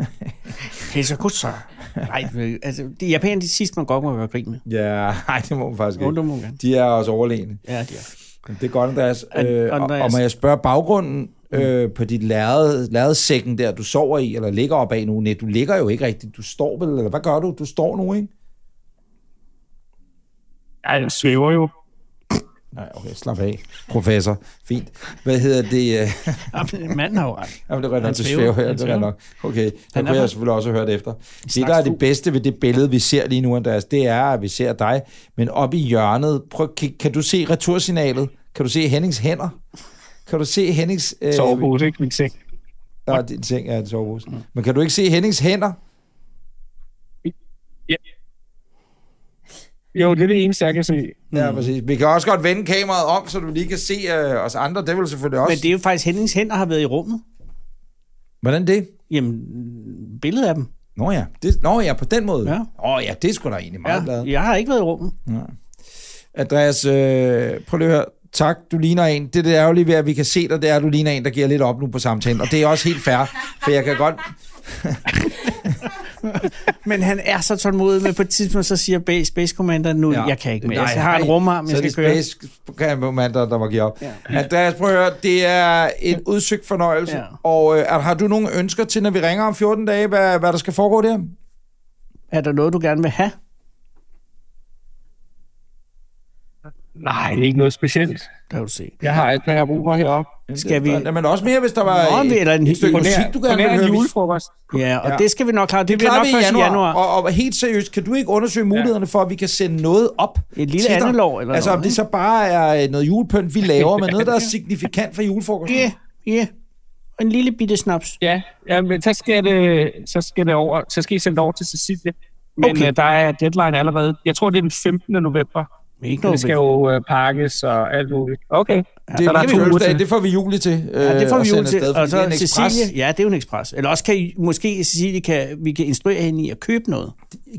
Speaker 5: It's a good, sir. Nej, men, altså, det er japaner, det sidste, man godt må gøre grin med.
Speaker 4: Ja, nej, det må man faktisk
Speaker 5: Jo,
Speaker 4: ikke.
Speaker 5: det må man gerne.
Speaker 4: De er også overlegne.
Speaker 5: Ja, det er.
Speaker 4: Det er godt, Andreas.
Speaker 5: An-
Speaker 4: Øh, og,
Speaker 5: Andreas. Mm.
Speaker 4: og må jeg spørge baggrunden øh, på dit lærred, lærredsækken der, du sover i, eller ligger op af nu? Nej, du ligger jo ikke rigtigt. Du står vel, eller hvad gør du? Du står nu, ikke?
Speaker 8: Ja, jeg svæver jo.
Speaker 4: Nej, okay, slap af, professor. Fint. Hvad hedder det? øh,
Speaker 5: Jamen, manden har jo ret.
Speaker 4: Jamen, det er
Speaker 5: Han
Speaker 4: nok, du
Speaker 5: svæver.
Speaker 4: svæver her,
Speaker 5: Han
Speaker 4: det er
Speaker 5: svæver.
Speaker 4: nok. Okay, der
Speaker 5: Han er
Speaker 4: kunne jeg
Speaker 5: fra-
Speaker 4: selvfølgelig også have hørt efter. Det, der er
Speaker 5: slags
Speaker 4: det
Speaker 5: fugl.
Speaker 4: bedste ved det billede, vi ser lige nu, Andreas, det er, at vi ser dig, men oppe i hjørnet, prøv, at kigge. kan du se retursignalet? Kan du se Hennings hænder? Kan du se Hennings... Øh,
Speaker 8: Sovepose, ikke? Min seng. Mm.
Speaker 4: Nå, din ting er en sovepose. Men kan du ikke se Hennings hænder?
Speaker 8: Jo, det er det eneste, jeg kan se.
Speaker 5: Mm.
Speaker 4: Ja, præcis. Vi kan også godt vende kameraet om, så du lige kan se øh, os andre. Det vil selvfølgelig også...
Speaker 5: Men det er jo faktisk, Hennings hænder har været i rummet.
Speaker 4: Hvordan det?
Speaker 5: Jamen, billedet af dem.
Speaker 4: Nå ja, det, nå ja på den måde.
Speaker 5: Ja.
Speaker 4: Åh ja, det er sgu da egentlig meget ja.
Speaker 5: Ja,
Speaker 4: glad.
Speaker 5: jeg har ikke været i rummet.
Speaker 4: Andreas, øh, prøv lige at høre. Tak, du ligner en. Det, der er jo lige ved, at vi kan se dig, det er, at du ligner en, der giver lidt op nu på samtalen. Og det er også helt fair, for jeg kan godt...
Speaker 5: Men han er så tålmodig, men på et tidspunkt så siger Ba- Space Commander, nu ja. jeg kan ikke mere. jeg har en rumarm, jeg
Speaker 4: så er
Speaker 5: skal
Speaker 4: det
Speaker 5: køre.
Speaker 4: space command, der, der må give op. Ja. Andreas, prøv at høre, det er en udsøgt fornøjelse. Ja.
Speaker 5: Ja.
Speaker 4: Og øh, har du nogle ønsker til, når vi ringer om 14 dage, hvad, hvad der skal foregå der?
Speaker 5: Er der noget, du gerne vil have?
Speaker 8: Nej, det er ikke noget specielt.
Speaker 5: Der kan du se.
Speaker 8: Jeg har alt, hvad jeg har brug for heroppe.
Speaker 5: Skal vi...
Speaker 4: Men også mere, hvis der var
Speaker 5: Nå,
Speaker 4: et,
Speaker 5: men eller en-
Speaker 4: et stykke
Speaker 5: en-
Speaker 4: musik, du gerne vil
Speaker 8: en
Speaker 4: høre.
Speaker 8: julefrokost.
Speaker 5: Ja, og
Speaker 4: Ja.
Speaker 5: ja. det skal vi nok klare. Det,
Speaker 4: Det
Speaker 5: bliver
Speaker 4: klarer
Speaker 5: nok
Speaker 4: vi i
Speaker 5: først
Speaker 4: januar.
Speaker 5: i januar.
Speaker 4: Og, og helt seriøst, kan du ikke undersøge mulighederne for, at vi kan sende noget op
Speaker 5: Et lille
Speaker 4: til dig?
Speaker 5: andelår eller
Speaker 4: Altså om
Speaker 5: noget,
Speaker 4: det så bare er øh, noget julepynt, vi laver, men noget, der er signifikant for julefrokosten.
Speaker 5: Ja, ja. Og En lille bitte snaps.
Speaker 8: Ja, ja, men så skal, det, så skal det over, så skal I sende det over til Cecilie. Men
Speaker 5: Okay.
Speaker 8: okay. der er deadline allerede. Jeg tror, det er den 15. november.
Speaker 5: Men ikke
Speaker 8: Det
Speaker 5: noget
Speaker 8: skal jo øh, pakkes og alt muligt. Okay. Ja,
Speaker 4: Det,
Speaker 8: så
Speaker 4: er
Speaker 8: der er
Speaker 4: min
Speaker 8: to uger
Speaker 4: fødselsdag,
Speaker 8: til.
Speaker 4: det får vi juli til. øh,
Speaker 5: Ja, det får
Speaker 4: at
Speaker 5: vi
Speaker 4: sende
Speaker 5: jo til.
Speaker 4: afsted, fordi
Speaker 5: Og
Speaker 4: det er
Speaker 5: så
Speaker 4: en ekspres.
Speaker 5: Cecilie, ja, det er jo en ekspres. Eller også kan I, måske Cecilie, kan, vi kan instruere hende i at købe noget.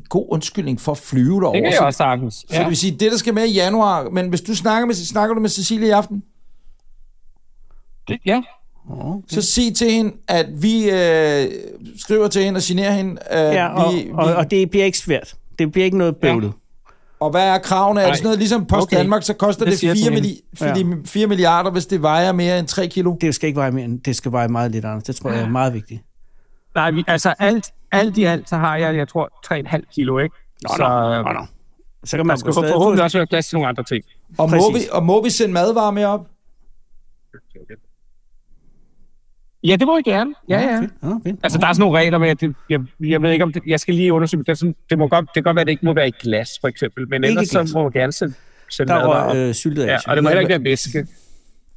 Speaker 4: God undskyldning for at flyve
Speaker 8: Det
Speaker 4: derover.
Speaker 8: kan jeg også sagtens.
Speaker 4: Så det
Speaker 8: Ja.
Speaker 4: vil sige, det der skal med i januar, men hvis du snakker med, snakker du med Cecilie i aften,
Speaker 8: Det, ja.
Speaker 5: Mm.
Speaker 4: så sig til hende, at vi øh, skriver til hende og signerer hende. Øh,
Speaker 5: Ja, og,
Speaker 4: vi, vi,
Speaker 5: og, og det bliver ikke svært. Det bliver ikke noget bøvlet.
Speaker 4: Og hvad er kravene? Er det sådan noget, ligesom Post okay.
Speaker 8: Okay.
Speaker 4: Danmark, så koster
Speaker 8: Det
Speaker 4: det,
Speaker 8: siger
Speaker 4: 4,
Speaker 8: sådan
Speaker 4: milli- fordi 4 milliarder, hvis det vejer mere end 3 kilo?
Speaker 5: Det skal ikke veje mere, end- det skal veje meget lidt, Anders. Det tror jeg er meget vigtigt.
Speaker 8: Nej, vi, altså alt, alt i alt, så har jeg, jeg tror, 3,5 kilo, ikke? Nå, så, øh,
Speaker 5: Nå, nå. Så kan
Speaker 8: Der
Speaker 5: man gå
Speaker 8: skal
Speaker 5: stadig
Speaker 8: forhåbentlig
Speaker 5: få...
Speaker 8: også være plads til nogle andre ting.
Speaker 4: Og må, vi,
Speaker 5: Præcis.
Speaker 4: og må vi sende madvarer med op?
Speaker 8: Ja, det må jeg gerne. Ja, ja.
Speaker 5: Ja, fint.
Speaker 8: Altså, der er sådan nogle regler med, at det, jeg, jeg ved ikke om det, jeg skal lige undersøge, det, er sådan, det, må godt, det kan godt være, at det ikke må være i glas, for eksempel, men
Speaker 5: Ikke
Speaker 8: ellers
Speaker 5: i glas.
Speaker 8: så må man gerne sende, sende
Speaker 5: Der
Speaker 8: mad
Speaker 5: var
Speaker 8: derop.
Speaker 5: øh, syltet
Speaker 8: ja,
Speaker 5: af.
Speaker 8: og det må heller ikke være væske.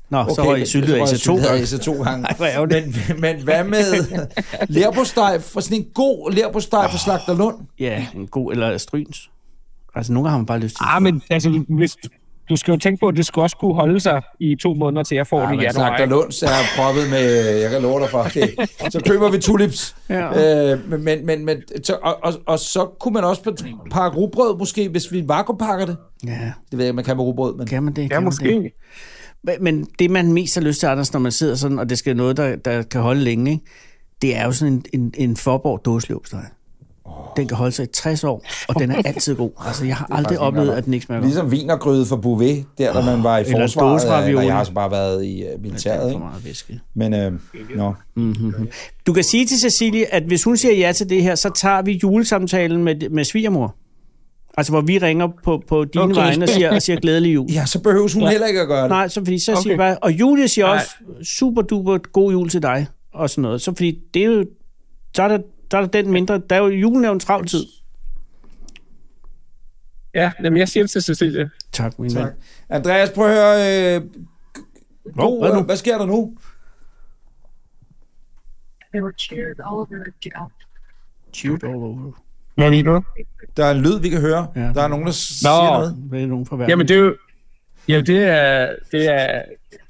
Speaker 5: Nå, så var jeg syltet af to gange.
Speaker 4: to gange.
Speaker 5: Hvor ærgerligt.
Speaker 4: men, men hvad med lærbosteg? For sådan en god lærbosteg fra Slagter Lund.
Speaker 5: Ja, en god eller stryns. Altså, nogle gange har man bare lyst til...
Speaker 8: Ah, men altså, hvis, du skal jo tænke på, at det skulle også kunne holde sig i to måneder, til jeg får det i januar.
Speaker 4: Slagter
Speaker 8: ikke?
Speaker 4: Lunds er proppet med, jeg kan love dig for, det. så køber vi tulips.
Speaker 5: Ja.
Speaker 4: Øh, men- men, men, men, så, og, og, og, så kunne man også pa- pakke rugbrød måske, hvis vi vakuumpakker det.
Speaker 5: Ja,
Speaker 4: Det ved jeg, ikke, man kan med rugbrød, men...
Speaker 5: kan man det?
Speaker 8: Ja,
Speaker 5: Kan man det?
Speaker 8: måske.
Speaker 5: Men- Men det, man mest har lyst til, Anders, når man sidder sådan, og det skal noget, der, der kan holde længe, ikke? det er jo sådan en, en, en forborg dåseløbsteg. den kan holde sig i 60 år, og den er altid god. Altså, jeg har aldrig oplevet, at den ikke smager godt.
Speaker 4: Ligesom vinergryde for Bouvet, der da man var i
Speaker 5: Eller
Speaker 4: forsvaret,
Speaker 5: dåseravioler.
Speaker 4: eller jeg har så bare været i øh, militæret. Ikke? Men øh, nå.
Speaker 5: Mm-hmm. Du kan sige til Cecilie, at hvis hun siger ja til det her, så tager vi julesamtalen med, med svigermor. Altså, hvor vi ringer på, på dine okay.
Speaker 4: Okay.
Speaker 5: vegne og siger, og siger glædelig jul.
Speaker 4: Ja, så behøver hun heller ikke at gøre det.
Speaker 5: Nej, så, fordi så okay.
Speaker 4: Okay.
Speaker 5: siger vi bare, og Julie siger også, super duper god jul til dig, og sådan noget. Så fordi det er jo, så er der, så er der den mindre, der er jo julen er jo en travl tid.
Speaker 8: Ja, jamen, jeg siger det til Cecilie.
Speaker 5: Tak, min
Speaker 4: Tak. Andreas, prøv at høre... Øh, Nå, hvad, nu? hvad sker der nu?
Speaker 5: Cute all over.
Speaker 8: Hvad mener du?
Speaker 4: Der er en lyd, vi kan høre. Ja. Der er nogen, der s- siger noget.
Speaker 5: Hvad er nogen fra
Speaker 8: Jamen, det er jo... Ja, det er, det er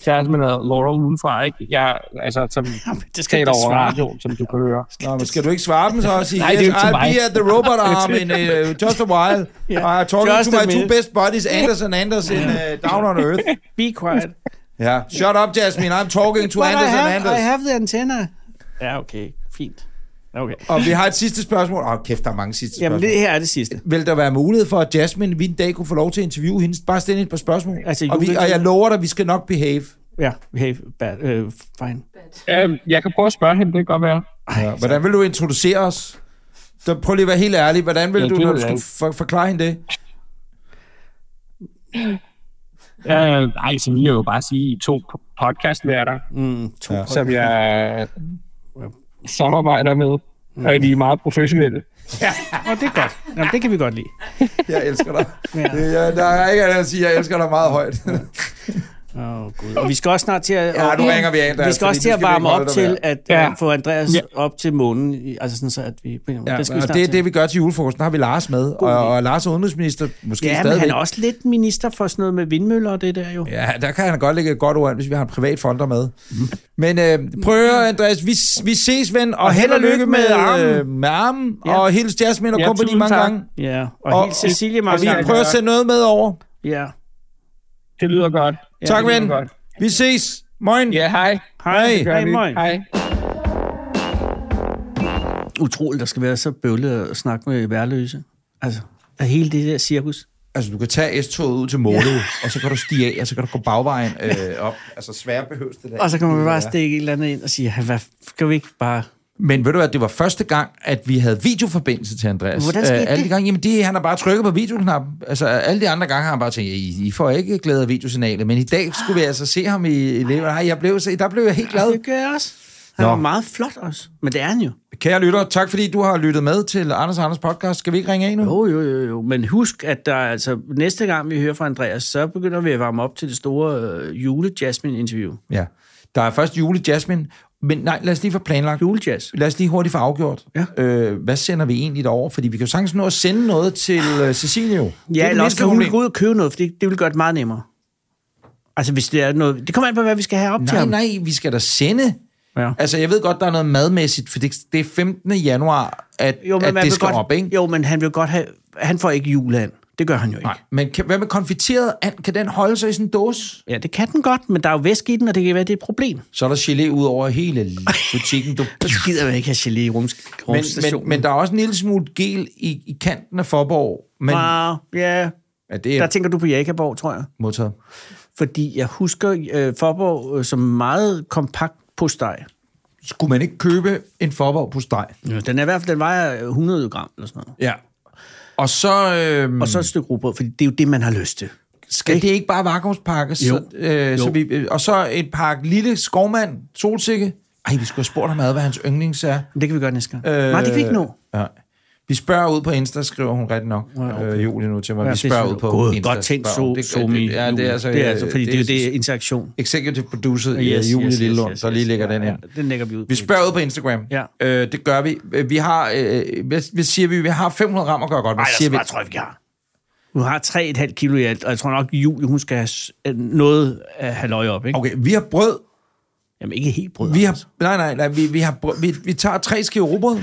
Speaker 8: kæresten med Laura udenfra, ikke? Jeg, altså, som
Speaker 5: det
Speaker 4: skal
Speaker 8: skal
Speaker 4: du
Speaker 8: over
Speaker 4: svare.
Speaker 8: radioen, som du kan høre.
Speaker 4: Nå, men skal du ikke svare dem så og sige,
Speaker 8: Nej,
Speaker 4: yes,
Speaker 8: det er jo til
Speaker 4: I'll
Speaker 8: mig.
Speaker 4: be at the robot arm in uh, just a while. Yeah. I talking
Speaker 5: Just
Speaker 4: to
Speaker 5: a
Speaker 4: my two
Speaker 5: minute.
Speaker 4: best buddies, Anders and Anders, in uh, down on earth.
Speaker 5: Be quiet.
Speaker 4: Ja, shut up, Jasmine, I'm talking to
Speaker 5: But I
Speaker 4: Anders and
Speaker 5: have, I
Speaker 4: Anders.
Speaker 5: have the antenna. Ja, okay, fint. Okay.
Speaker 4: Og vi har et sidste spørgsmål. Åh, oh, kæft, der er mange sidste
Speaker 5: Jamen,
Speaker 4: spørgsmål.
Speaker 5: det her er det sidste.
Speaker 4: Vil der være mulighed for, at Jasmine vi en dag kunne få lov til at interviewe hende? Bare stille hende et par spørgsmål.
Speaker 5: Altså,
Speaker 4: og, vi,
Speaker 5: juletid.
Speaker 4: og jeg lover dig, vi skal nok behave.
Speaker 5: Ja, hey, bad, øh, fine.
Speaker 8: Øhm, jeg kan prøve at spørge hende, det kan godt være.
Speaker 4: Ja, hvordan vil du introducere os? Så prøv lige at være helt ærlig. Hvordan vil
Speaker 8: Ja,
Speaker 4: du,
Speaker 8: det
Speaker 4: når
Speaker 8: ved
Speaker 4: du
Speaker 8: jeg
Speaker 4: skal
Speaker 8: ikke.
Speaker 4: for, forklare hende det?
Speaker 8: Øh, nej, så vil jeg jo bare sige to podcastværter,
Speaker 5: mm, to
Speaker 8: ja. som jeg øh, samarbejder med. Mm. Og de er meget professionelle.
Speaker 5: Og det er godt. Jamen, det kan vi godt lide.
Speaker 4: Jeg elsker dig.
Speaker 5: Ja.
Speaker 4: Ja. Der er ikke andet at sige, jeg elsker dig meget højt.
Speaker 5: Åh, oh, Gud. Og vi skal også snart til at...
Speaker 4: Ja, nu ringer vi af, Andreas,
Speaker 5: Vi skal
Speaker 4: fordi
Speaker 5: også til
Speaker 4: nu skal
Speaker 5: at
Speaker 4: vi
Speaker 5: varme
Speaker 4: ikke holde
Speaker 5: op
Speaker 4: dig
Speaker 5: til
Speaker 4: mere.
Speaker 5: at
Speaker 4: Ja.
Speaker 5: ja. få Andreas
Speaker 4: Ja.
Speaker 5: ja. op til månen. i- Altså sådan så, at vi... Ja, det skal vi
Speaker 4: og
Speaker 5: snart
Speaker 4: det er
Speaker 5: til.
Speaker 4: det, vi gør til julefrokosten. Der har vi Lars med, og, og Lars er udenrigsminister, måske
Speaker 5: ja, men
Speaker 4: stadigvæk.
Speaker 5: han er også lidt minister for sådan noget med vindmøller og det der jo.
Speaker 4: Ja, der kan han godt lægge et godt ord an, hvis vi har en privat fonder med. Men øh, prøv at høre, Andreas, vi, vi ses, ven, og, og held og lykke med, med armen, øh, med armen ja. og hils Jasmine og ja, Company
Speaker 5: tusind
Speaker 4: mange
Speaker 5: tak.
Speaker 4: gange.
Speaker 5: Ja, og, og helt Cecilie
Speaker 4: og
Speaker 5: mange
Speaker 4: vi
Speaker 5: gange.
Speaker 4: prøver at sende noget med over.
Speaker 5: Ja.
Speaker 8: Det lyder godt.
Speaker 4: Ja, tak, ven. Vi ses. Moin.
Speaker 8: Ja, hej.
Speaker 5: Hej,
Speaker 4: Hej.
Speaker 5: hej, moin.
Speaker 8: Hej.
Speaker 5: Utroligt, der skal være så bøvlet at snakke med værløse. Altså, af hele det der cirkus.
Speaker 4: Altså, du kan tage S-toget ud til Måløv, ja. og så kan du stige af, og så kan du gå bagvejen øh, op. Altså, svære behøves det der.
Speaker 5: Og så kan man
Speaker 4: Det
Speaker 5: bare
Speaker 4: er-
Speaker 5: stikke et eller andet ind og sige, "Hvad, skal vi ikke bare...
Speaker 4: Men ved du hvad, det var første gang, at vi havde videoforbindelse til Andreas.
Speaker 5: Hvordan skete
Speaker 4: Øh, alle
Speaker 5: det?
Speaker 4: De gange, jamen det, han har bare trykket på videoknappen. Altså alle de andre gange har han bare tænkt, I, I får ikke glæde af videosignalet, men i dag skulle vi altså se ham i, i leve. Nej, jeg blev, så- der blev jeg helt glad.
Speaker 5: Det gør jeg også. Han
Speaker 4: Nå.
Speaker 5: var meget flot også. Men det er han jo.
Speaker 4: Kære lytter, tak fordi du har lyttet med til Anders og Anders podcast. Skal vi ikke ringe af nu?
Speaker 5: Jo, jo, jo, jo. Men husk, at der, er altså, næste gang vi hører fra Andreas, så begynder vi at varme op til det store øh, jule-Jasmine-interview.
Speaker 4: Ja. Der er først jule Jasmine, men nej, lad os lige få planlagt.
Speaker 5: Julejazz.
Speaker 4: Lad os lige hurtigt få afgjort. Ja. Øh, hvad sender vi egentlig derover? Fordi vi kan jo sagtens nå at sende noget til øh, Cecilie jo. Det er
Speaker 5: Ja,
Speaker 4: det mindste
Speaker 5: eller også kan hun
Speaker 4: problem.
Speaker 5: gå ud og købe noget, for det, det vil gøre det meget nemmere. Altså, hvis det er noget... Det kommer an på, hvad vi skal have op til
Speaker 4: Nej,
Speaker 5: ham.
Speaker 4: nej, vi skal da sende.
Speaker 5: Ja.
Speaker 4: Altså, jeg ved godt, der er noget madmæssigt, for det, det er 15. januar, at, jo,
Speaker 5: men
Speaker 4: at
Speaker 5: man
Speaker 4: det
Speaker 5: vil
Speaker 4: skal
Speaker 5: godt,
Speaker 4: op, ikke?
Speaker 5: Jo, men han vil godt have... Han får ikke juleand. Det gør han jo ikke. Nej.
Speaker 4: Men kan, hvad med konfiteret and? Kan den holde sig i sådan en dåse?
Speaker 5: Ja, det kan den godt, men der er jo væske i den, og det kan være, det er et problem.
Speaker 4: Så er der gelé ud over hele butikken. Du...
Speaker 5: Så gider man ikke have gelé i rums,
Speaker 4: men, men,
Speaker 5: rumstationen.
Speaker 4: men der er også en lille smule gel i, i kanten af Forborg. Men
Speaker 5: Wow, ja.
Speaker 4: ja, det
Speaker 5: Ah, Der
Speaker 4: er
Speaker 5: tænker du på Jakaborg, tror jeg.
Speaker 4: modtaget.
Speaker 5: Fordi jeg husker øh, Forborg øh, som meget kompakt på steg.
Speaker 4: Skulle man ikke købe en Forborg på steg?
Speaker 5: Ja, den er i hvert fald, den vejer 100 gram eller sådan noget.
Speaker 4: Ja. Og så... Øhm,
Speaker 5: Og så et stykke rugbrød, fordi det er jo det, man har lyst til.
Speaker 4: Skal det ikke bare vakuumspakkes?
Speaker 5: Jo.
Speaker 4: Så, øh, Så
Speaker 5: Jo.
Speaker 4: vi, øh, og så et pakke lille skovmand, solsikke. Ej, vi skulle have spurgt ham ad, hvad hans yndlings er.
Speaker 5: Men det kan vi gøre næste gang. Øh, Nej, det kan vi ikke nå.
Speaker 4: Ja. Vi spørger ud på Insta, skriver hun ret nok, ja,
Speaker 5: okay.
Speaker 4: okay. øh, Julie nu til mig.
Speaker 5: Ja,
Speaker 4: Ja, vi
Speaker 5: det
Speaker 4: spørger
Speaker 5: synes
Speaker 4: ud
Speaker 5: jeg-
Speaker 4: på
Speaker 5: God,
Speaker 4: Insta.
Speaker 5: Godt tænkt,
Speaker 4: spørger hun.
Speaker 5: so,
Speaker 4: Det-
Speaker 5: so me,
Speaker 4: det- Ja, det er altså,
Speaker 5: det er altså, fordi det, er jo
Speaker 4: det
Speaker 5: det interaktion.
Speaker 4: executive producer
Speaker 5: Yes,
Speaker 4: yes, Julie yes,
Speaker 5: yes, yes,
Speaker 4: Lillelund,
Speaker 5: yes,
Speaker 4: der lige
Speaker 5: yes.
Speaker 4: lægger den
Speaker 5: Ja,
Speaker 4: her.
Speaker 5: Den lægger vi ud.
Speaker 4: Vi spørger ud på Instagram.
Speaker 5: Ja.
Speaker 4: Øh, det gør vi. Øh, Vi har, øh, hvad, hvad siger vi? Vi har 500 gram at gøre godt. Hvad
Speaker 5: Ej,
Speaker 4: siger vi?
Speaker 5: jeg tror jeg, vi har. Hun har 3,5 kilo i alt, og jeg tror nok, Julie, hun skal have s- øh, noget at have løg op, ikke?
Speaker 4: Okay, vi har brød.
Speaker 5: Jamen, ikke helt brød.
Speaker 4: Vi har, nej, nej, nej. Vi, vi, har brød. Vi, vi tager tre skiver rugbrød,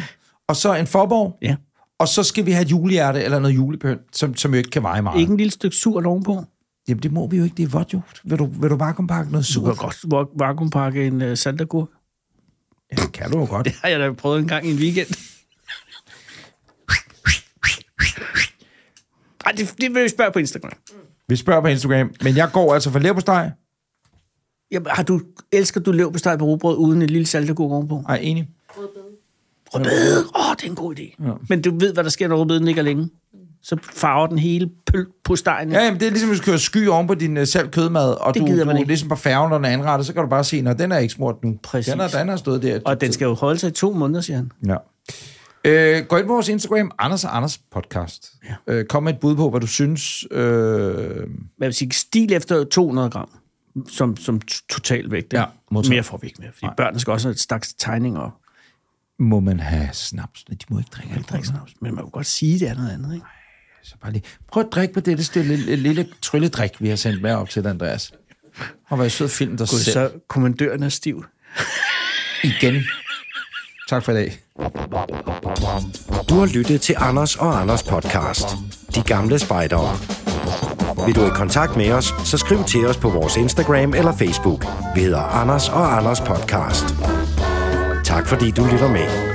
Speaker 4: og så en forborg.
Speaker 5: Ja.
Speaker 4: Og så skal vi have et julehjerte eller noget julepynt, som, som jo ikke kan veje meget.
Speaker 5: Ikke en lille stykke sur ovenpå?
Speaker 4: Jamen, det må vi jo ikke. Det er vådt jo. Vil du, vil du vakuumpakke noget
Speaker 5: Du
Speaker 4: surt?
Speaker 5: kan godt va- vakuumpakke en uh, saltagur.
Speaker 4: Ja, det kan du jo godt.
Speaker 5: Det har jeg da prøvet en gang i en weekend.
Speaker 3: Ej, det, det vil vi spørge på Instagram.
Speaker 4: Vi spørger på Instagram, men jeg går altså for leverpostej.
Speaker 3: Jamen, har du, elsker du løb på steg på rugbrød uden et lille saltegurk ovenpå?
Speaker 4: Nej, enig.
Speaker 3: Rødbede. Åh, oh, det er en god idé. Ja. Men du ved, hvad der sker, når rødbeden ligger længe. Så farver den hele pøl på stegen.
Speaker 4: Ja, jamen, det er ligesom, hvis du kører sky oven på din uh, selv kødmad, og
Speaker 3: Det
Speaker 4: du,
Speaker 3: gider man
Speaker 4: du
Speaker 3: ikke.
Speaker 4: ligesom på færgen, når den er anrettet, så kan du bare se, når den er ikke smurt nu.
Speaker 3: Præcis.
Speaker 4: Den er, den har stået der.
Speaker 3: Og den skal jo holde sig i to måneder, siger han.
Speaker 4: Ja. Øh, gå ind på vores Instagram, Anders og Anders podcast. Ja. Øh, kom med et bud på, hvad du synes. Øh,
Speaker 3: Hvad vil sige, stil efter 200 gram, som, som t- total vægt. Ja,
Speaker 4: modtaget.
Speaker 3: Mere får vi ikke mere, fordi børnene skal også have et slags tegning op.
Speaker 4: må man have snaps? Nej, De må ikke drikke alkohol. snaps.
Speaker 3: Men man kan godt sige, det er noget andet, ikke?
Speaker 4: Så bare lige, prøv at drikke på dette stille, lille, lille trylledrik, vi har sendt med op til dig, Andreas. Og vær sød film dig
Speaker 3: Gud,
Speaker 4: selv.
Speaker 3: så kommandøren er stiv.
Speaker 4: Igen. Tak for i dag.
Speaker 1: Du har lyttet til Anders og Anders podcast. De gamle spejdere. Vil du i kontakt med os, så skriv til os på vores Instagram eller Facebook. Vi hedder Anders og Anders podcast. Tak fordi du lytter med.